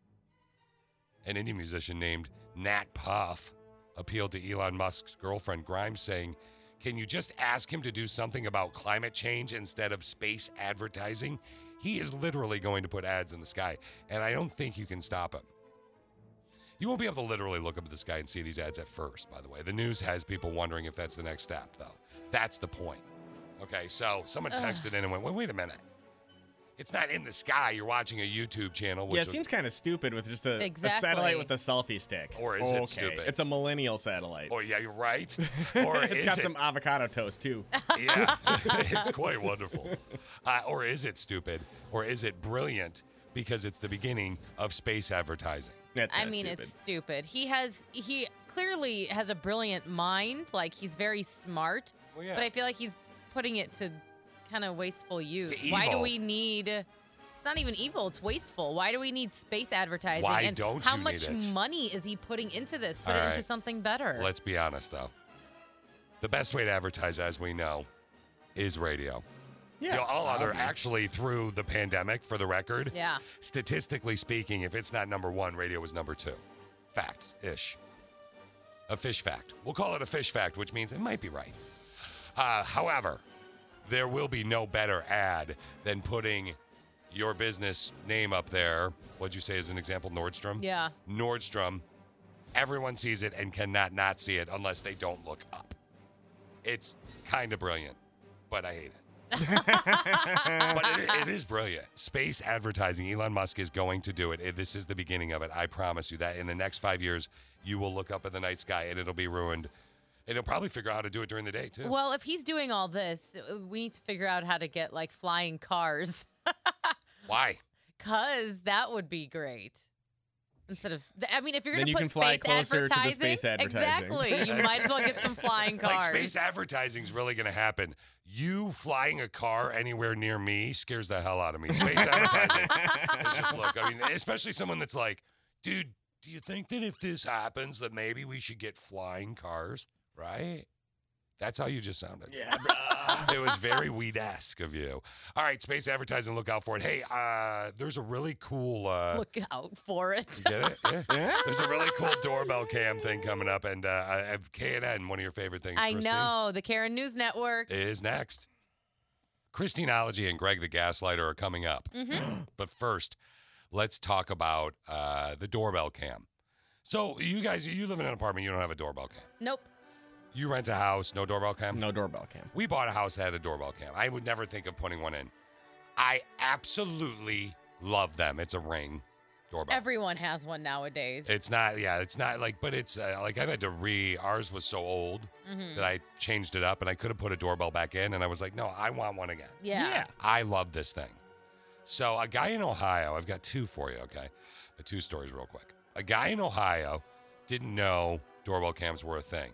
[SPEAKER 7] An indie musician named Nat Puff appealed to Elon Musk's girlfriend Grimes, saying, Can you just ask him to do something about climate change instead of space advertising? He is literally going to put ads in the sky, and I don't think you can stop him. You won't be able to literally look up at the sky and see these ads at first, by the way. The news has people wondering if that's the next step, though. That's the point. Okay, so someone
[SPEAKER 1] Ugh.
[SPEAKER 7] texted in and went, wait, wait a minute. It's not in the sky. You're watching a YouTube channel. Which
[SPEAKER 1] yeah, it seems kind of stupid with just a, a
[SPEAKER 7] Exactly.
[SPEAKER 1] satellite with a selfie stick.
[SPEAKER 7] Or is it
[SPEAKER 1] Okay,
[SPEAKER 7] stupid?
[SPEAKER 1] It's a millennial satellite.
[SPEAKER 7] Or Oh, yeah, you're right. Or
[SPEAKER 1] it's
[SPEAKER 7] is
[SPEAKER 1] got
[SPEAKER 7] it? [laughs]
[SPEAKER 1] some avocado toast
[SPEAKER 8] [laughs]
[SPEAKER 1] too.
[SPEAKER 7] yeah, it's quite wonderful. Uh, or is it stupid? Or is it brilliant because it's the beginning of space advertising?
[SPEAKER 1] That's
[SPEAKER 8] I mean, it's stupid. He has he clearly has a brilliant mind. Like he's very smart.
[SPEAKER 7] Well, yeah.
[SPEAKER 8] But I feel like he's putting it to kind of wasteful use.
[SPEAKER 7] To
[SPEAKER 8] Why do
[SPEAKER 7] evil.
[SPEAKER 8] we need? It's not even evil. It's wasteful. Why do we need space advertising?
[SPEAKER 7] Why
[SPEAKER 8] and
[SPEAKER 7] don't
[SPEAKER 8] how
[SPEAKER 7] you need
[SPEAKER 8] much
[SPEAKER 7] it?
[SPEAKER 8] money is he putting into this? Put
[SPEAKER 7] All
[SPEAKER 8] it into
[SPEAKER 7] right.
[SPEAKER 8] something better.
[SPEAKER 7] Let's be honest, though. The best way to advertise, as we know, is radio.
[SPEAKER 8] Yeah,
[SPEAKER 7] You know, all other,
[SPEAKER 8] um,
[SPEAKER 7] actually, through the pandemic, for the record.
[SPEAKER 8] Yeah.
[SPEAKER 7] Statistically speaking, if it's not number one, radio is number two. Fact ish. A fish fact. We'll call it a fish fact, which means it might be right. Uh, however, there will be no better ad than putting your business name up there. What'd you say as an example? Nordstrom?
[SPEAKER 8] Yeah.
[SPEAKER 7] Nordstrom. Everyone sees it and cannot not see it unless they don't look up. It's kind of brilliant, but I hate it. but it, it is brilliant. Space advertising. Elon Musk is going to do it. It- This is the beginning of it. I promise you that in the next five years, you will look up at the night sky and it'll be ruined. And he'll probably figure out how to do it during the day, too.
[SPEAKER 8] Well, if he's doing all this, uh, we need to figure out how to get like flying cars. [laughs]
[SPEAKER 7] Why?
[SPEAKER 8] Cause that would be great. Instead of, th- I mean, if you're
[SPEAKER 1] Then
[SPEAKER 8] gonna
[SPEAKER 1] you
[SPEAKER 8] put
[SPEAKER 1] can fly
[SPEAKER 8] space
[SPEAKER 1] closer to the
[SPEAKER 8] advertising,
[SPEAKER 1] space advertising.
[SPEAKER 8] exactly, you might as well get some flying cars.
[SPEAKER 7] Like
[SPEAKER 8] [laughs]
[SPEAKER 7] [laughs] space advertising is really going to happen. You flying a car anywhere near me scares the hell out of me. Space advertising. is just
[SPEAKER 8] [laughs]
[SPEAKER 7] look. I mean, especially someone that's like, dude, do you think that if this happens, that maybe we should get flying cars? Right? That's how you just sounded. Yeah, [laughs] it was very weed esque of you. All right, space advertising. Look out for it. Hey, uh, there's a really cool. Uh,
[SPEAKER 8] Look out for it.
[SPEAKER 7] you get it? Yeah. There's a really cool doorbell cam thing coming up, and uh, I have KNN, one of your favorite things.
[SPEAKER 8] [laughs] I
[SPEAKER 7] Christine,
[SPEAKER 8] know the Karen News Network.
[SPEAKER 7] Is next. Christineology and Greg the Gaslighter are coming up.
[SPEAKER 8] Mm-hmm.
[SPEAKER 7] [clears throat] But first, let's talk about uh, the doorbell cam. So, you guys, you live in an apartment, you don't have a doorbell cam.
[SPEAKER 8] nope.
[SPEAKER 7] You rent a house, no doorbell cam?
[SPEAKER 1] No doorbell cam.
[SPEAKER 7] We bought a house that had a doorbell cam. I would never think of putting one in. I absolutely love them. It's a ring doorbell.
[SPEAKER 8] Everyone has one nowadays.
[SPEAKER 7] It's not, yeah, it's not like, but it's uh, like I've had to re, ours was so old
[SPEAKER 8] Mhm.
[SPEAKER 7] that I changed it up and I could have put a doorbell back in. And I was like, no, I want one again.
[SPEAKER 8] Yeah. [laughs] Yeah.
[SPEAKER 7] I love this thing. So, a guy in Ohio, I've got two for you, okay? Uh, Two stories, real quick. A guy in Ohio didn't know doorbell cams were a thing.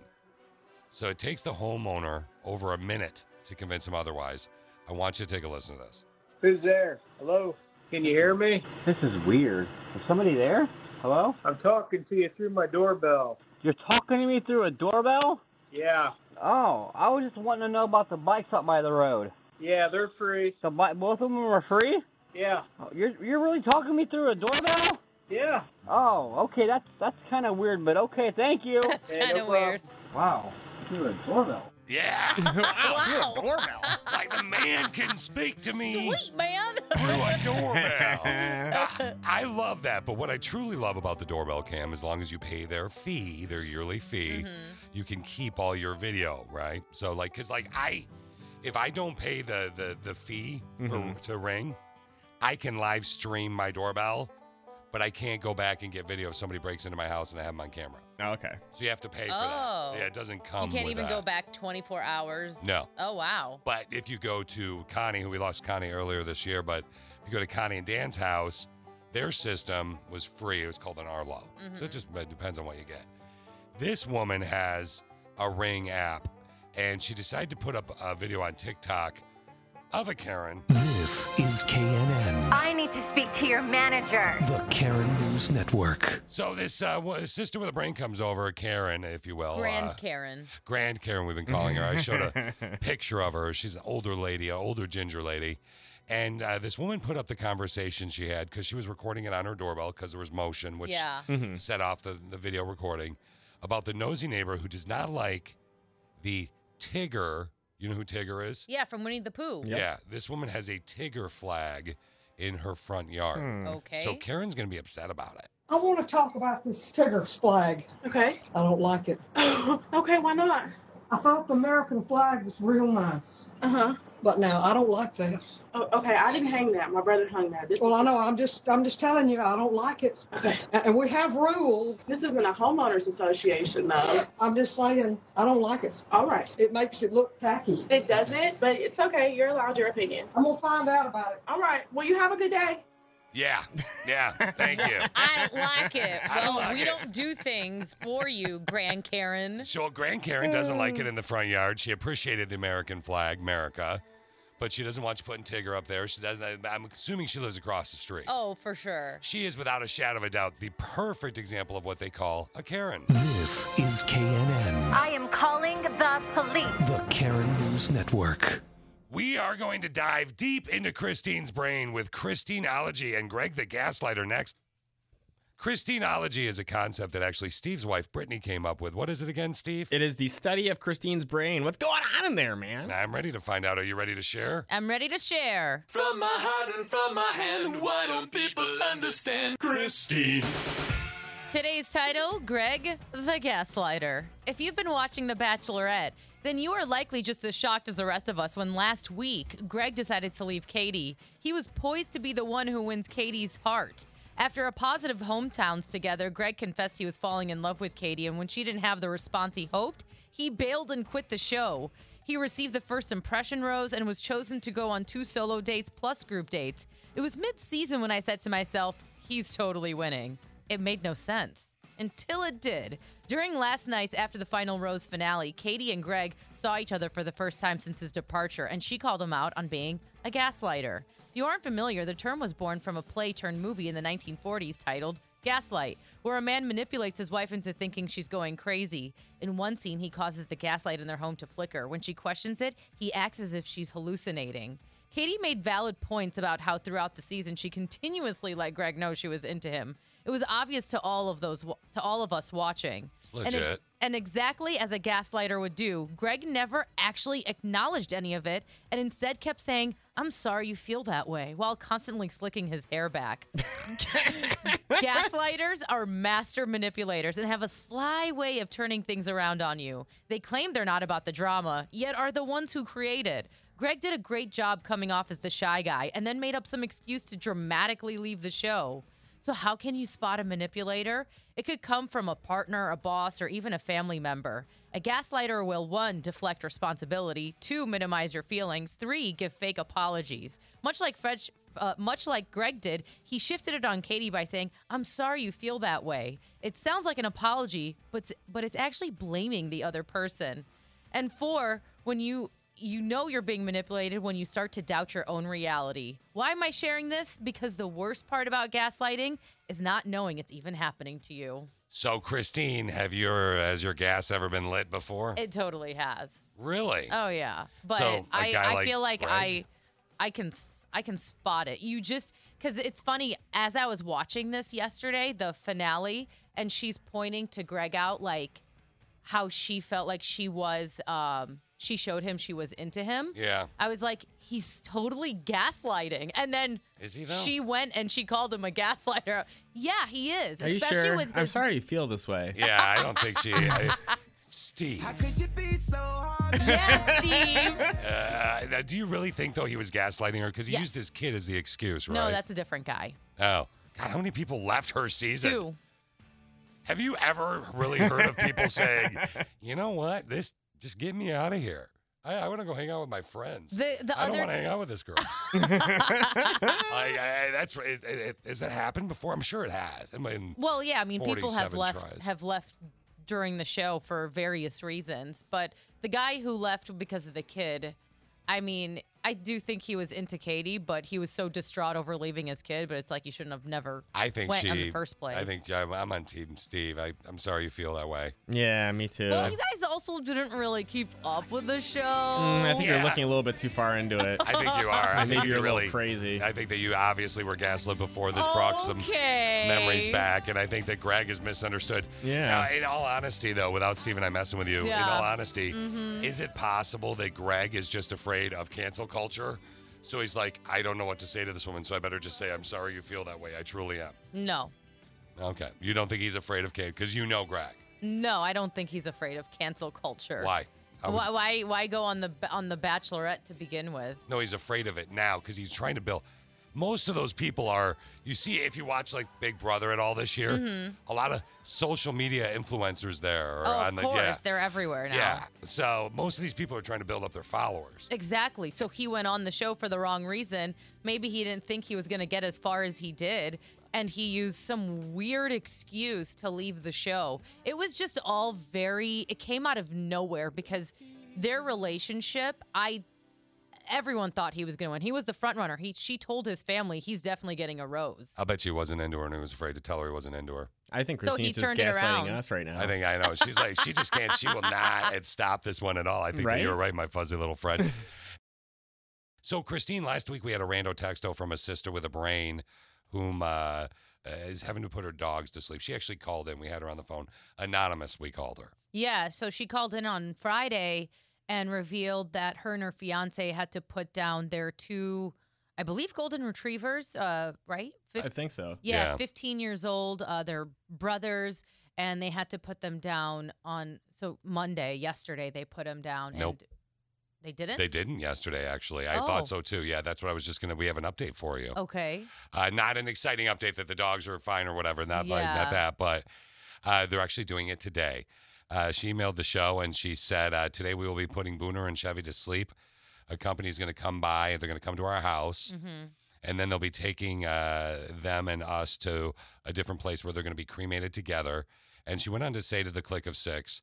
[SPEAKER 7] So, it takes the homeowner over a minute to convince him otherwise. I want you to take a listen to this.
[SPEAKER 14] Who's there? Hello? Can you hear me?
[SPEAKER 15] This is weird. Is somebody there? Hello?
[SPEAKER 14] I'm talking to you through my doorbell.
[SPEAKER 15] You're talking to me through a doorbell?
[SPEAKER 14] Yeah.
[SPEAKER 15] Oh, I was just wanting to know about the bikes up by the road.
[SPEAKER 14] Yeah, they're free.
[SPEAKER 15] The bi- both of them are free?
[SPEAKER 14] Yeah.
[SPEAKER 15] Oh, You're you're really talking me through a doorbell?
[SPEAKER 14] Yeah.
[SPEAKER 15] Oh, okay. That's that's kind of weird, but okay. Thank you. That's
[SPEAKER 14] Hey, no kinda problem. weird.
[SPEAKER 15] Wow, through a doorbell.
[SPEAKER 7] Yeah.
[SPEAKER 8] [laughs] wow.
[SPEAKER 7] like the man can speak to me.
[SPEAKER 8] Sweet man. [laughs]
[SPEAKER 7] doorbell. I, I love that, but what I truly love about the doorbell cam, as long as you pay their fee, their yearly fee,
[SPEAKER 8] Mm-hmm.
[SPEAKER 7] you can keep all your video, right? So, like, cause like I, if I don't pay the the the fee for,
[SPEAKER 8] Mm-hmm.
[SPEAKER 1] Mhm.
[SPEAKER 7] to ring, I can live stream my doorbell, but I can't go back and get video if somebody breaks into my house and I have them on camera.
[SPEAKER 1] Okay.
[SPEAKER 7] So you have to pay for
[SPEAKER 8] Oh.
[SPEAKER 7] that. Yeah, it doesn't come.
[SPEAKER 8] You can't
[SPEAKER 7] with
[SPEAKER 8] even
[SPEAKER 7] that.
[SPEAKER 8] go back 24 hours.
[SPEAKER 7] No.
[SPEAKER 8] Oh wow.
[SPEAKER 7] But if you go to Connie, who we lost Connie earlier this year, but if you go to Connie and Dan's house, their system was free. It was called an Arlo. So it
[SPEAKER 16] Mhm.
[SPEAKER 7] just it depends on what you get. This woman has a Ring app, and she decided to put up a video on TikTok of a Karen.
[SPEAKER 9] This is KNN,
[SPEAKER 10] I need to speak to your manager.
[SPEAKER 9] the Karen News Network.
[SPEAKER 7] So this uh, wo- sister with a brain comes over, Karen, if you will.
[SPEAKER 8] Grand
[SPEAKER 7] uh,
[SPEAKER 8] Karen.
[SPEAKER 7] Grand Karen, we've been calling her. I showed a picture of her. She's an older lady, an older ginger lady. And uh, this woman put up the conversation she had because she was recording it on her doorbell because there was motion, which
[SPEAKER 8] Yeah.
[SPEAKER 1] Mhm.
[SPEAKER 7] set off the, the video recording. about the nosy neighbor who does not like the Tigger. You know who Tigger is?
[SPEAKER 8] Yeah, from Winnie the Pooh.
[SPEAKER 7] Yeah, this woman has a Tigger flag in her front yard.
[SPEAKER 8] Hmm. Okay.
[SPEAKER 7] So Karen's going to be upset about it.
[SPEAKER 16] I want to talk about this Tigger flag. Okay. I don't like it. okay, why not? I thought the American flag was real nice. Uh huh. But now I don't like that.
[SPEAKER 17] Uh-huh. Oh, okay, I didn't hang that. My brother hung that. This
[SPEAKER 16] Well,
[SPEAKER 17] is-
[SPEAKER 16] I know. I'm just, I'm just telling you, I don't like it. Okay. And we have rules.
[SPEAKER 17] This isn't a homeowners association, though.
[SPEAKER 16] I'm just saying, I don't like it. All right. It makes it look tacky.
[SPEAKER 17] It doesn't, but it's okay. You're allowed your opinion.
[SPEAKER 16] I'm gonna find out about it.
[SPEAKER 17] All right. Well, you have a good day.
[SPEAKER 7] Yeah, yeah. Thank you.
[SPEAKER 8] I don't like it.
[SPEAKER 7] [laughs] I don't
[SPEAKER 8] Well,
[SPEAKER 7] like
[SPEAKER 8] we
[SPEAKER 7] it.
[SPEAKER 8] don't do things for you, Grand
[SPEAKER 7] [laughs]
[SPEAKER 8] Karen.
[SPEAKER 7] So Grand Karen doesn't like it in the front yard. She appreciated the American flag, America, but she doesn't want you putting Tigger up there. She doesn't. I'm assuming she lives across the street.
[SPEAKER 8] Oh, for sure.
[SPEAKER 7] She is, without a shadow of a doubt, the perfect example of what they call a Karen.
[SPEAKER 9] This is KNN,
[SPEAKER 10] I am calling the police.
[SPEAKER 9] the Karen News Network.
[SPEAKER 7] We are going to dive deep into Christine's brain with Christineology and Greg the Gaslighter next. Christineology is a concept that actually Steve's wife Brittany came up with. What is it again, Steve?
[SPEAKER 1] It is the study of Christine's brain. What's going on in there, man?
[SPEAKER 7] I'm ready to find out. Are you ready to share?
[SPEAKER 8] I'm ready to share.
[SPEAKER 18] From my heart and from my hand, why don't people understand? Christine.
[SPEAKER 8] Today's title Greg the Gaslighter. If you've been watching The Bachelorette, then you are likely just as shocked as the rest of us when last week Greg decided to leave Katie. He was poised to be the one who wins Katie's heart. After a positive hometowns together, Greg confessed he was falling in love with Katie, and when she didn't have the response he hoped, he bailed and quit the show. He received the first impression rose and was chosen to go on two solo dates plus group dates. It was mid season when I said to myself, he's totally winning. It made no sense until it did. During last night's After the Final Rose finale, Katie and Greg saw each other for the first time since his departure, and she called him out on being a gaslighter. If you aren't familiar, the term was born from a play turned movie in the 1940s titled Gaslight, where a man manipulates his wife into thinking she's going crazy. In one scene, he causes the gaslight in their home to flicker. When she questions it, he acts as if she's hallucinating. Katie made valid points about how throughout the season she continuously let Greg know she was into him. It was obvious to all of those to all of us watching. And it-
[SPEAKER 7] legit.
[SPEAKER 8] and exactly as a gaslighter would do, Greg never actually acknowledged any of it and instead kept saying, "I'm sorry you feel that way," while constantly slicking his hair back. Gaslighters are master manipulators and have a sly way of turning things around on you. They claim they're not about the drama, yet are the ones who create it. Greg did a great job coming off as the shy guy and then made up some excuse to dramatically leave the show. So, how can you spot a manipulator? It could come from a partner, a boss, or even a family member. A gaslighter will one, deflect responsibility, two, minimize your feelings, three, give fake apologies. Much like Fred, uh, much like Greg did, he shifted it on Katie by saying, "I'm sorry you feel that way." It sounds like an apology, but s- but it's actually blaming the other person. And four, when you you know you're being manipulated when you start to doubt your own reality. Why am I sharing this? Because the worst part about gaslighting is not knowing it's even happening to you.
[SPEAKER 7] So, Christine, have your has your gas ever been lit before?
[SPEAKER 8] It totally has.
[SPEAKER 7] really?
[SPEAKER 8] Oh yeah, but
[SPEAKER 7] So, a
[SPEAKER 8] I,
[SPEAKER 7] guy
[SPEAKER 8] I
[SPEAKER 7] like
[SPEAKER 8] feel like
[SPEAKER 7] Greg?
[SPEAKER 8] I I can s- I can spot it. You just because it's funny as I was watching this yesterday, the finale, and she's pointing to Greg out like how she felt like she was. um She showed him she was into him.
[SPEAKER 7] Yeah.
[SPEAKER 8] I was like, he's totally gaslighting, and then
[SPEAKER 7] Is he though?
[SPEAKER 8] she went and she called him a gaslighter. Yeah, he is,
[SPEAKER 1] Are you
[SPEAKER 8] especially
[SPEAKER 1] sure?
[SPEAKER 8] with
[SPEAKER 1] I'm
[SPEAKER 8] his
[SPEAKER 1] sorry you feel this way.
[SPEAKER 7] Yeah, I don't think she. I, Steve.
[SPEAKER 18] Could you be so hard?
[SPEAKER 1] [laughs]
[SPEAKER 8] Yes, Steve.
[SPEAKER 7] Uh, now, do you really think though he was gaslighting her because he
[SPEAKER 8] Yes.
[SPEAKER 7] used his kid as the excuse, right?
[SPEAKER 8] No, that's a different guy.
[SPEAKER 7] oh God. How many people left her season?
[SPEAKER 8] Two.
[SPEAKER 7] Have you ever really heard of people
[SPEAKER 8] [laughs]
[SPEAKER 7] saying, "You know what? This just get me out of here. I, I want to go hang out with my friends.
[SPEAKER 8] The- the
[SPEAKER 7] I don't
[SPEAKER 8] other-
[SPEAKER 7] want to hang out with
[SPEAKER 8] [laughs]
[SPEAKER 7] this girl." I, I, that's it, it, it, has that happened before? I'm sure it has. I mean,
[SPEAKER 8] Well, yeah, I mean, people have
[SPEAKER 7] 47
[SPEAKER 8] left
[SPEAKER 7] tries.
[SPEAKER 8] have left during the show for various reasons, but the guy who left because of the kid, I mean, I do think he was into Katie, but he was so distraught over leaving his kid. But it's like you shouldn't have never.
[SPEAKER 7] I think
[SPEAKER 8] went
[SPEAKER 7] she.
[SPEAKER 8] in the first place.
[SPEAKER 7] I think I'm, I'm on team Steve. I, I'm sorry you feel that way.
[SPEAKER 1] Yeah, me too.
[SPEAKER 8] Well, you guys all also didn't really keep up with the show.
[SPEAKER 1] Mm, I think
[SPEAKER 7] Yeah.
[SPEAKER 1] you're looking a little bit too far into it.
[SPEAKER 7] [laughs] I think you are. I
[SPEAKER 1] Maybe
[SPEAKER 7] think
[SPEAKER 1] you're
[SPEAKER 7] you
[SPEAKER 1] a little
[SPEAKER 7] really crazy. I think that you obviously were gaslit before this brought some
[SPEAKER 8] Okay.
[SPEAKER 7] memories back, and I think that Greg is misunderstood.
[SPEAKER 1] Yeah.
[SPEAKER 7] Now, in all honesty, though, without Steve and I messing with you, in
[SPEAKER 8] Yeah.
[SPEAKER 7] all honesty,
[SPEAKER 8] Mhm.
[SPEAKER 7] is it possible that Greg is just afraid of cancel culture? So he's like, I don't know what to say to this woman, so I better just say, I'm sorry you feel that way. I truly am.
[SPEAKER 8] No,
[SPEAKER 7] Okay. You don't think he's afraid of Kate because you know Greg.
[SPEAKER 8] no, I don't think he's afraid of cancel culture.
[SPEAKER 7] Why? I would-
[SPEAKER 8] Why, why? Why go on the on the Bachelorette to begin with?
[SPEAKER 7] No, he's afraid of it now because he's trying to build. Most of those people are. You see, if you watch like Big Brother at all this year,
[SPEAKER 8] Mhm.
[SPEAKER 7] a lot of social media influencers there. Or
[SPEAKER 8] oh,
[SPEAKER 7] on
[SPEAKER 8] of
[SPEAKER 7] the,
[SPEAKER 8] course,
[SPEAKER 7] yeah,
[SPEAKER 8] they're everywhere now.
[SPEAKER 7] yeah. So most of these people are trying to build up their followers.
[SPEAKER 8] Exactly. So he went on the show for the wrong reason. Maybe he didn't think he was going to get as far as he did. And he used some weird excuse to leave the show. It was just all very, it came out of nowhere because their relationship, I, everyone thought he was going to win. He was the front runner. He, she told his family he's definitely getting a rose.
[SPEAKER 7] I'll bet she wasn't into her and he was afraid to tell her he wasn't into her.
[SPEAKER 1] I think
[SPEAKER 8] [laughs] So he
[SPEAKER 1] Christine's just
[SPEAKER 8] turned it around.
[SPEAKER 1] gaslighting us right now.
[SPEAKER 7] I think I know. She's like, she just can't. She will not and stop this one at all. I think that
[SPEAKER 1] Right?
[SPEAKER 7] you're right, my fuzzy little friend. [laughs] so, Christine, last week we had a rando texto from a sister with a brain, whom uh, is having to put her dogs to sleep. She actually called in. We had her on the phone. Anonymous, we called her.
[SPEAKER 8] Yeah, so she called in on Friday and revealed that her and her fiance had to put down their two, I believe, golden retrievers, uh, right? Fif-
[SPEAKER 1] I think so.
[SPEAKER 8] Yeah,
[SPEAKER 1] Yeah.
[SPEAKER 8] 15 years old. Uh, they're brothers, and they had to put them down on, so Monday, yesterday, they put them down.
[SPEAKER 7] Nope.
[SPEAKER 8] And they didn't?
[SPEAKER 7] They didn't yesterday, actually. I
[SPEAKER 8] Eh? Oh.
[SPEAKER 7] thought so too. Yeah, that's what I was just gonna. We have an update for you.
[SPEAKER 8] Okay.
[SPEAKER 7] Uh, not an exciting update that the dogs are fine or whatever. Not like
[SPEAKER 8] Yeah.
[SPEAKER 7] not that, but uh, they're actually doing it today. Uh, she emailed the show and she said uh, today we will be putting Booner and Chevy to sleep. A company's going to come by. They're going to come to our house,
[SPEAKER 8] Mhm.
[SPEAKER 7] and then they'll be taking uh, them and us to a different place where they're going to be cremated together. And she went on to say to the click of six,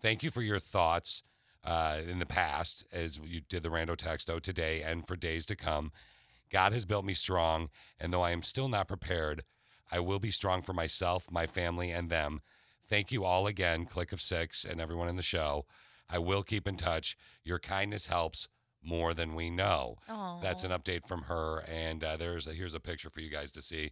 [SPEAKER 7] "Thank you for your thoughts." Uh, in the past, as you did the rando texto today and for days to come, God has built me strong, and though I am still not prepared, I will be strong for myself, my family, and them. Thank you all again, Click of Six, and everyone in the show. I will keep in touch. Your kindness helps more than we know.
[SPEAKER 8] Aw.
[SPEAKER 7] That's an update from her, and uh, there's a, here's a picture for you guys to see.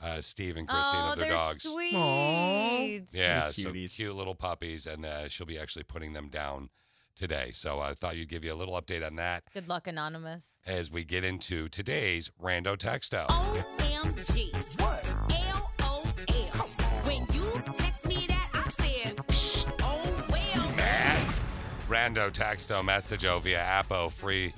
[SPEAKER 7] Uh, Steve and Christine
[SPEAKER 8] oh,
[SPEAKER 7] of their
[SPEAKER 8] they're
[SPEAKER 7] dogs.
[SPEAKER 8] sweet.
[SPEAKER 7] Yeah,
[SPEAKER 1] Little
[SPEAKER 7] so cute little puppies, and uh, she'll be actually putting them down today. So I thought you'd give you a little update on that
[SPEAKER 8] Good luck, Anonymous.
[SPEAKER 7] as we get into today's rando texto.
[SPEAKER 8] Oh,
[SPEAKER 6] OMG. What? LOL. When you text me that, I said, Psh, oh well.
[SPEAKER 7] Rando texto messaggio via Apple free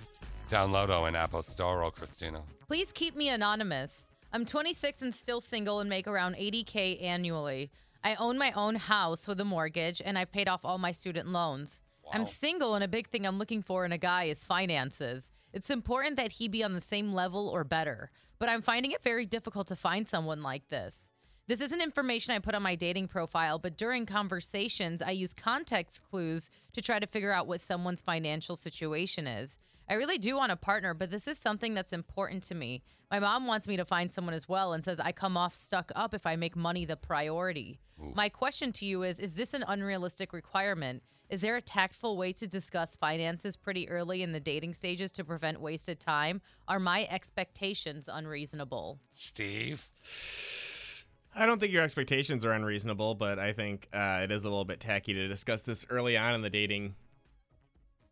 [SPEAKER 7] downloado in Apple Store, oh, Christina.
[SPEAKER 8] Please keep me anonymous. I'm 26 and still single and make around 80K annually. I own my own house with a mortgage and I've paid off all my student loans. I'm single and a big thing I'm looking for in a guy is finances. It's important that he be on the same level or better, but I'm finding it very difficult to find someone like this. This isn't information I put on my dating profile, but during conversations, I use context clues to try to figure out what someone's financial situation is. I really do want a partner, but this is something that's important to me. My mom wants me to find someone as well and says I come off stuck up if I make money the priority. My question to you is Is this an unrealistic requirement? Is there a tactful way to discuss finances pretty early in the dating stages to prevent wasted time? Are my expectations unreasonable?
[SPEAKER 7] Steve?
[SPEAKER 1] I don't think your expectations are unreasonable, but I think uh, it is a little bit tacky to discuss this early on in the dating.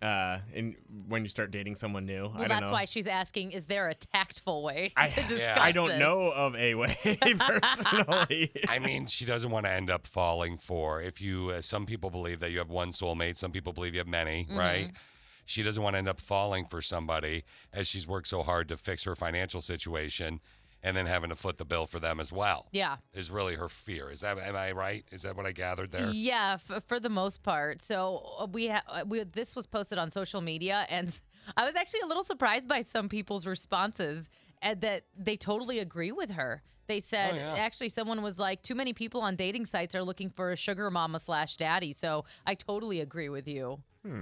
[SPEAKER 1] Uh, in when you start dating someone new, I
[SPEAKER 8] Well,
[SPEAKER 1] don't
[SPEAKER 8] that's
[SPEAKER 1] know.
[SPEAKER 8] why she's asking Is there a tactful way [laughs]
[SPEAKER 1] I, [laughs]
[SPEAKER 8] to discuss
[SPEAKER 1] I don't
[SPEAKER 8] this?
[SPEAKER 1] know of a way [laughs]
[SPEAKER 8] [laughs]
[SPEAKER 1] personally.
[SPEAKER 7] I mean, she doesn't want to end up falling for if you, uh, some people believe that you have one soulmate, some people believe you have many,
[SPEAKER 8] Mm-hmm.
[SPEAKER 7] right? She doesn't want to end up falling for somebody as she's worked so hard to fix her financial situation and then having to foot the bill for them as well.
[SPEAKER 8] Yeah.
[SPEAKER 7] Is really her fear. Is that, am I right? Is that what I gathered there?
[SPEAKER 8] Yeah, f- for the most part. So uh, we, ha- uh, we this was posted on social media, and [laughs] s- I was actually a little surprised by some people's responses and that they totally agree with her. They said
[SPEAKER 1] Oh,
[SPEAKER 19] yeah.
[SPEAKER 8] actually someone was like, "Too many people on dating sites are looking for a sugar mama slash daddy." So I totally agree with you.
[SPEAKER 7] Uh,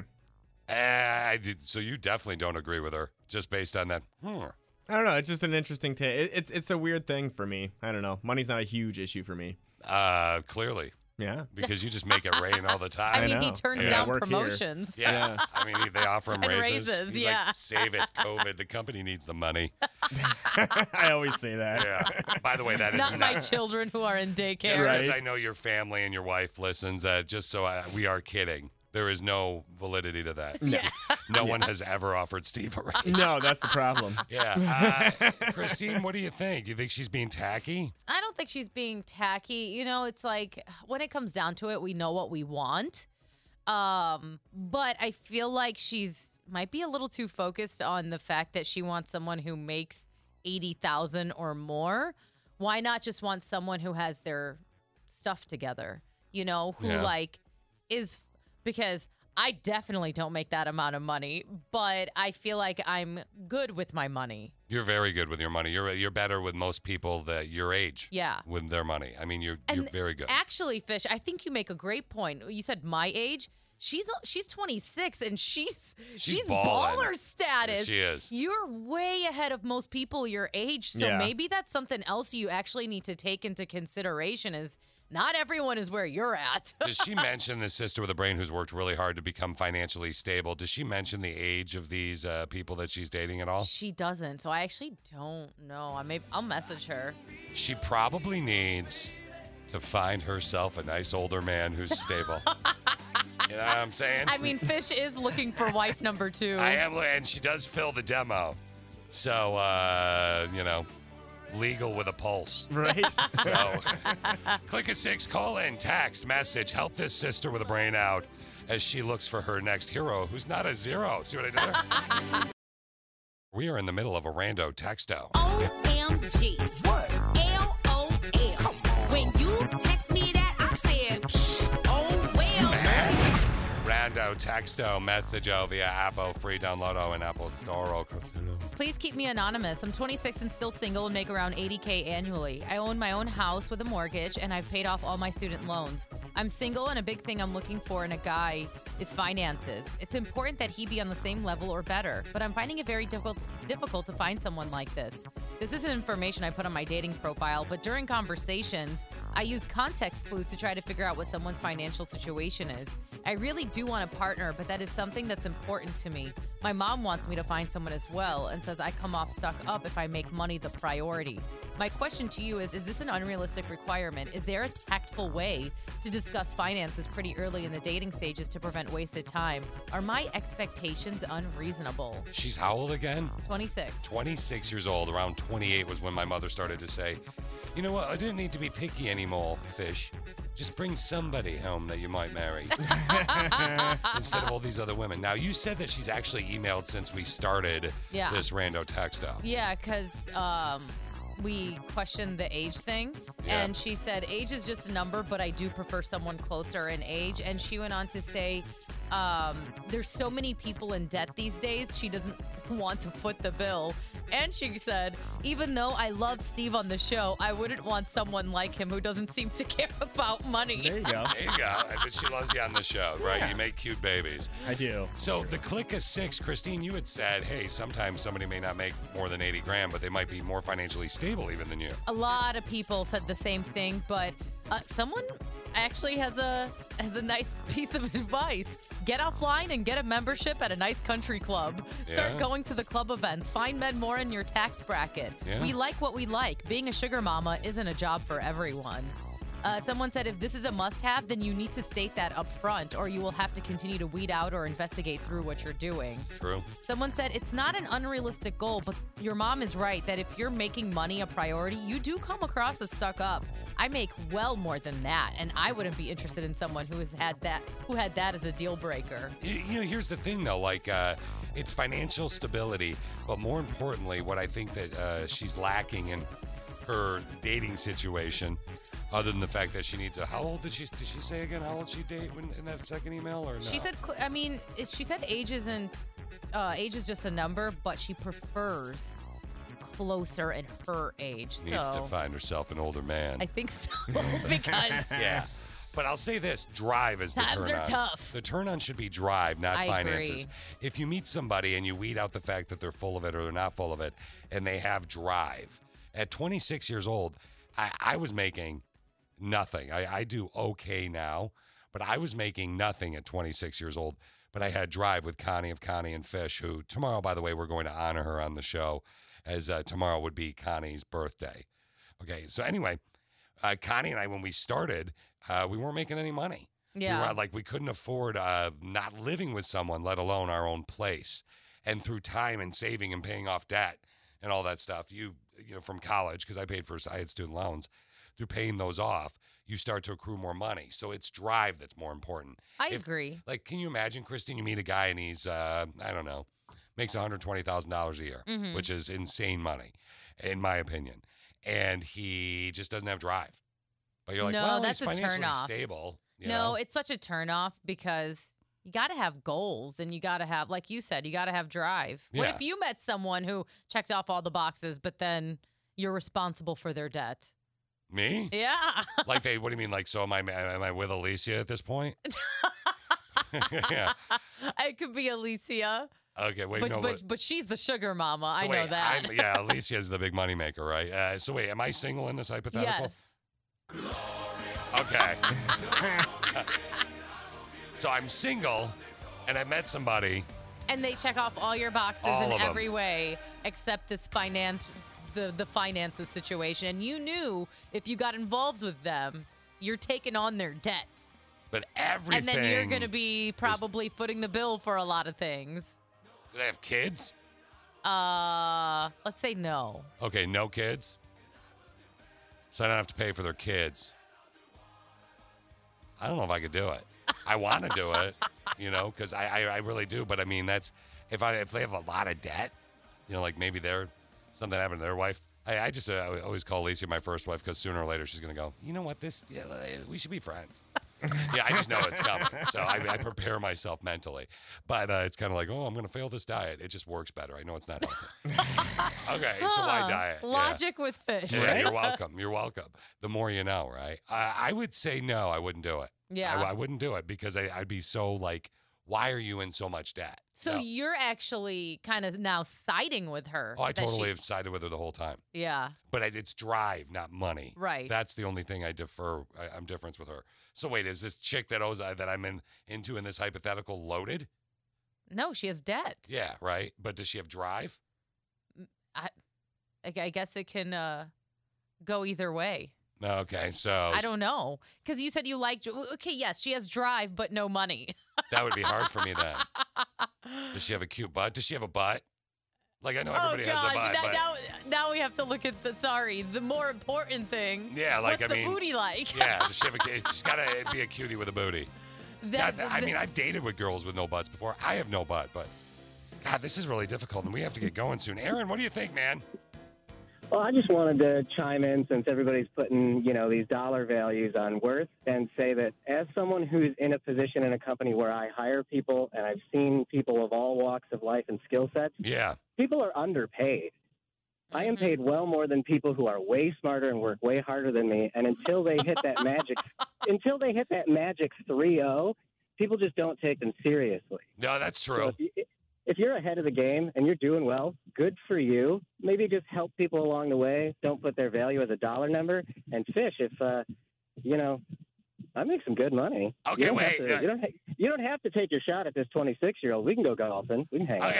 [SPEAKER 7] I did, so you definitely don't agree with her just based on that. Hmm.
[SPEAKER 1] I don't know. It's just an interesting take. It, it's it's a weird thing for me. I don't know. Money's not a huge issue for me.
[SPEAKER 7] Uh, clearly.
[SPEAKER 1] Yeah. [laughs]
[SPEAKER 7] Because you just make it rain all the time.
[SPEAKER 8] I mean, he turns down promotions.
[SPEAKER 7] Yeah. I mean, he- they offer him
[SPEAKER 8] And
[SPEAKER 7] raises.
[SPEAKER 8] raises,
[SPEAKER 7] He's
[SPEAKER 8] yeah.
[SPEAKER 7] like, save it, COVID. The company needs the
[SPEAKER 8] [laughs]
[SPEAKER 7] money.
[SPEAKER 19] I always say that.
[SPEAKER 7] Yeah. By the way, that is
[SPEAKER 8] Not my children who are in daycare.
[SPEAKER 7] Just
[SPEAKER 8] [laughs]
[SPEAKER 7] 'cause I know your family and your wife listens, uh, just so I, we are kidding. There is no validity to that.
[SPEAKER 19] No.
[SPEAKER 7] No one has ever offered Steve a raise.
[SPEAKER 19] No, that's the problem.
[SPEAKER 7] [laughs] Yeah. Uh, Christine, what do you think? Do you think she's being tacky?
[SPEAKER 8] I don't think she's being tacky. You know, it's like when it comes down to it, we know what we want. Um, but I feel like she's might be a little too focused on the fact that she wants someone who makes 80,000 or more. Why not just want someone who has their stuff together? You know, who
[SPEAKER 6] Yeah.
[SPEAKER 8] like is because I definitely don't make that amount of money, but I feel like I'm good with my money.
[SPEAKER 7] You're very good with your money. You're you're better with most people that your age.
[SPEAKER 8] Yeah.
[SPEAKER 7] With their money. I mean, you're you're very good.
[SPEAKER 8] Actually, Fish, I think you make a great point. You said my age. She's she's 26 and she's she's,
[SPEAKER 7] ballin'.
[SPEAKER 8] baller status.
[SPEAKER 7] Yes, she is.
[SPEAKER 8] You're way ahead of most people your age, so
[SPEAKER 7] Yeah.
[SPEAKER 8] maybe that's something else you actually need to take into consideration. Is not everyone is where you're at.
[SPEAKER 7] Does she mention the sister with a brain who's worked really hard to become financially stable? Does she mention the age of these uh, people that she's dating at all?
[SPEAKER 8] She doesn't, so I actually don't know. I may I'll message her.
[SPEAKER 7] She probably needs to find herself a nice older man who's stable. you know what I'm saying?
[SPEAKER 8] I mean, Fish is looking for wife number two.
[SPEAKER 7] I am, and she does fill the demo. So, uh, you know, legal with a pulse.
[SPEAKER 19] Right.
[SPEAKER 7] So, click a six, call in, text, message, help this sister with a brain out as she looks for her next hero who's not a zero. See what I did there? we are in the middle of a rando texto.
[SPEAKER 6] Oh. OMG. What? LOL. When you text me that, I said, "Psh, oh well.
[SPEAKER 7] Rando texto, messago via Apple, free download, and Apple Store.
[SPEAKER 8] Please keep me anonymous. I'm 26 and still single and make around 80K annually. I own my own house with a mortgage and I've paid off all my student loans. I'm single and a big thing I'm looking for in a guy is finances. It's important that he be on the same level or better, but I'm finding it very difficult difficult to find someone like this. This isn't information I put on my dating profile, but during conversations, I use context clues to try to figure out what someone's financial situation is. I really do want a partner, but that is something that's important to me. My mom wants me to find someone as well and says I come off stuck up if I make money the priority. My question to you is Is this an unrealistic requirement? Is there a tactful way to discuss finances pretty early in the dating stages to prevent wasted time? Are my expectations unreasonable?
[SPEAKER 7] She's how old again?
[SPEAKER 8] 26.
[SPEAKER 7] 26 years old, around 28 was when my mother started to say, You know what? I didn't need to be picky anymore, fish. Just bring somebody home that you might
[SPEAKER 8] [laughs]
[SPEAKER 7] marry instead of all these other women. Now, you said that she's actually emailed since we started
[SPEAKER 8] Yeah.
[SPEAKER 7] this rando textile.
[SPEAKER 8] Yeah, because um, we questioned the age thing,
[SPEAKER 7] Yeah.
[SPEAKER 8] and she said age is just a number, but I do prefer someone closer in age. And she went on to say, um, "There's so many people in debt these days. She doesn't want to foot the bill." And she said, "Even though I love Steve on the show, I wouldn't want someone like him who doesn't seem to [laughs] care about money." There you
[SPEAKER 7] There you go. I bet she loves you on the show, right?
[SPEAKER 8] Yeah.
[SPEAKER 7] You make cute babies.
[SPEAKER 19] I do.
[SPEAKER 7] So the click of six, Christine, you had said, hey, sometimes somebody may not make more than 80 grand, but they might be more financially stable even than you.
[SPEAKER 8] a lot of people said the same thing, but uh, someone actually has a has a nice [laughs] piece of advice. Get offline and get a membership at a nice country club.
[SPEAKER 6] Yeah.
[SPEAKER 8] Start going to the club events. Find men more in your tax bracket.
[SPEAKER 6] Yeah.
[SPEAKER 8] We like what we like. Being a sugar mama isn't a job for everyone. Uh, someone said if this is a must have, then you need to state that up front, or you will have to continue to weed out or investigate through what you're doing.
[SPEAKER 7] True.
[SPEAKER 8] Someone said it's not an unrealistic goal, but your mom is right that if you're making money a priority, you do come across as stuck up. I make well more than that, and I wouldn't be interested in someone who has had that who had that as a deal breaker.
[SPEAKER 7] Y- You know, here's the thing though, like uh, it's financial stability, but more importantly, what I think that uh, she's lacking in her dating situation, other than the fact that she needs a. How old did she did she say again? How old she date when, in that second email or no?
[SPEAKER 8] She said, cl- I mean, it- she said age isn't uh, age is just a number, but she prefers closer in her age.
[SPEAKER 7] needs
[SPEAKER 8] so
[SPEAKER 7] to find herself an older man.
[SPEAKER 8] I think
[SPEAKER 7] [laughs]
[SPEAKER 8] so [laughs] because [laughs]
[SPEAKER 7] yeah. But I'll say this: drive is the
[SPEAKER 8] Times
[SPEAKER 7] turn
[SPEAKER 8] are
[SPEAKER 7] on.
[SPEAKER 8] tough.
[SPEAKER 7] The turn on should be drive, not
[SPEAKER 8] I
[SPEAKER 7] finances.
[SPEAKER 8] agree.
[SPEAKER 7] If you meet somebody and you weed out the fact that they're full of it or they're not full of it, and they have drive, at 26 years old, I, I was making nothing. I, I do okay now, but I was making nothing at 26 years old. But I had drive with Connie of Connie and Fish, who tomorrow, by the way, we're going to honor her on the show, as uh, tomorrow would be Connie's birthday. Okay, so anyway, uh, Connie and I, when we started, uh, we weren't making any money.
[SPEAKER 8] Yeah.
[SPEAKER 7] We were, like we couldn't afford uh, not living with someone, let alone our own place. And through time and saving and paying off debt and all that stuff, you you know from college because I paid for I had student loans. Through paying those off, you start to accrue more money. So it's drive that's more important.
[SPEAKER 8] I
[SPEAKER 7] If-
[SPEAKER 8] agree.
[SPEAKER 7] Like, can you imagine, Christine? You meet a guy and he's uh, I don't know, makes one hundred twenty thousand dollars a year,
[SPEAKER 8] Mhm.
[SPEAKER 7] which is insane money, in my opinion. And he just doesn't have drive. But you're like,
[SPEAKER 8] No,
[SPEAKER 7] well,
[SPEAKER 8] that's a
[SPEAKER 7] he's financially
[SPEAKER 8] turnoff.
[SPEAKER 7] stable. you
[SPEAKER 8] no,
[SPEAKER 7] know?
[SPEAKER 8] it's such a turnoff because you got to have goals and you got to have, like you said, you got to have drive. What
[SPEAKER 7] Yeah.
[SPEAKER 8] if you met someone who checked off all the boxes, but then you're responsible for their debt? [laughs]
[SPEAKER 7] Me?
[SPEAKER 8] Yeah.
[SPEAKER 7] like they? What do you mean? Like so? Am I am I with Alicia at this
[SPEAKER 8] [laughs]
[SPEAKER 7] point? yeah.
[SPEAKER 8] it could be Alicia,
[SPEAKER 7] Okay. Wait.
[SPEAKER 8] but,
[SPEAKER 7] no.
[SPEAKER 8] but, but she's the sugar mama.
[SPEAKER 7] so
[SPEAKER 8] I know
[SPEAKER 7] wait,
[SPEAKER 8] that.
[SPEAKER 7] I'm- yeah. Alicia is the big money maker, right? Uh, so wait, am I single in this hypothetical?
[SPEAKER 8] [laughs] yes.
[SPEAKER 7] Okay. [laughs] so I'm single, and I met somebody.
[SPEAKER 8] And they check off all your boxes
[SPEAKER 7] All
[SPEAKER 8] in
[SPEAKER 7] of 'em.
[SPEAKER 8] every way except this finance, the, the finances situation. And you knew if you got involved with them, you're taking on their debt.
[SPEAKER 7] But everything.
[SPEAKER 8] And then you're going to be probably footing the bill for a lot of things.
[SPEAKER 7] Do they have kids?
[SPEAKER 8] Uh, let's say no.
[SPEAKER 7] Okay, no kids. So I don't have to pay for their kids. I don't know if I could do it. I want to do it, you know, because I, I I really do. But I mean, that's if I if they have a lot of debt, you know, like maybe they're something happened to their wife. I, I just uh, I always call Lacey my first wife because sooner or later she's gonna go. You know what? This yeah, we should be friends. [laughs] yeah, I just know it's coming, so I, I prepare myself mentally. But uh, it's kind of like, oh, I'm gonna fail this diet. It just works better. I know it's not healthy. [laughs] okay, so why
[SPEAKER 8] Huh.
[SPEAKER 7] diet? Yeah.
[SPEAKER 8] Logic with fish.
[SPEAKER 7] Yeah,
[SPEAKER 8] [laughs]
[SPEAKER 7] you're welcome. You're welcome. The more you know, right? I, I would say no, I wouldn't do it.
[SPEAKER 8] Yeah.
[SPEAKER 7] I, I wouldn't do it because I, I'd be so like, why are you in so much debt?
[SPEAKER 8] So
[SPEAKER 7] No.
[SPEAKER 8] you're actually kind of now siding with her.
[SPEAKER 7] oh, I
[SPEAKER 8] that she-
[SPEAKER 7] totally have sided with her the whole time.
[SPEAKER 8] yeah.
[SPEAKER 7] But I, it's drive, not money.
[SPEAKER 8] Right.
[SPEAKER 7] That's the only thing I defer. I, I'm difference with her. So wait, is this chick that owes uh, that I'm in into in this hypothetical loaded?
[SPEAKER 8] No, she has debt.
[SPEAKER 7] Yeah, right. But does she have drive?
[SPEAKER 8] I, I gu- I guess it can uh, go either way.
[SPEAKER 7] Okay, so
[SPEAKER 8] I don't know. Because you said you liked. Okay, yes, she has drive, but no money.
[SPEAKER 7] That would be hard for me
[SPEAKER 8] [laughs]
[SPEAKER 7] then. Does she have a cute butt? Does she have a butt? Like I know [laughs] everybody
[SPEAKER 8] oh,
[SPEAKER 7] has
[SPEAKER 8] God.
[SPEAKER 7] a butt,
[SPEAKER 8] now,
[SPEAKER 7] but
[SPEAKER 8] now, now we have to look at the, sorry, the more important thing.
[SPEAKER 7] yeah, like
[SPEAKER 8] What's
[SPEAKER 7] I mean,
[SPEAKER 8] the booty like?
[SPEAKER 7] yeah, does she have a, cu- she's got to be a cutie with a
[SPEAKER 8] [laughs]
[SPEAKER 7] booty.
[SPEAKER 8] That-
[SPEAKER 7] Yeah, I
[SPEAKER 8] that-
[SPEAKER 7] mean, I've dated with girls with no butts before. I have no butt, but God, this is really difficult, and we have to get going soon. Aaron, what do you think, man?
[SPEAKER 20] Well, I just wanted to chime in since everybody's putting, you know, these dollar values on worth and say that as someone who's in a position in a company where I hire people and I've seen people of all walks of life and skill sets,
[SPEAKER 7] Yeah.
[SPEAKER 20] people are underpaid. I
[SPEAKER 8] Mm-hmm.
[SPEAKER 20] am paid well more than people who are way smarter and work way harder than me. And until they hit that magic, until they hit that magic 3-0, people just don't take them seriously.
[SPEAKER 7] No, that's true.
[SPEAKER 20] if, you, if you're ahead of the game and you're doing well, good for you. Maybe just help people along the way. Don't put their value as a dollar number. And fish, if uh, you know, I make some good money. You
[SPEAKER 7] Okay,
[SPEAKER 20] don't have
[SPEAKER 7] wait,
[SPEAKER 20] to-
[SPEAKER 7] uh,
[SPEAKER 20] you don't ha- you don't have to take your shot at this 26 year old. We can go golfing. We can hang out.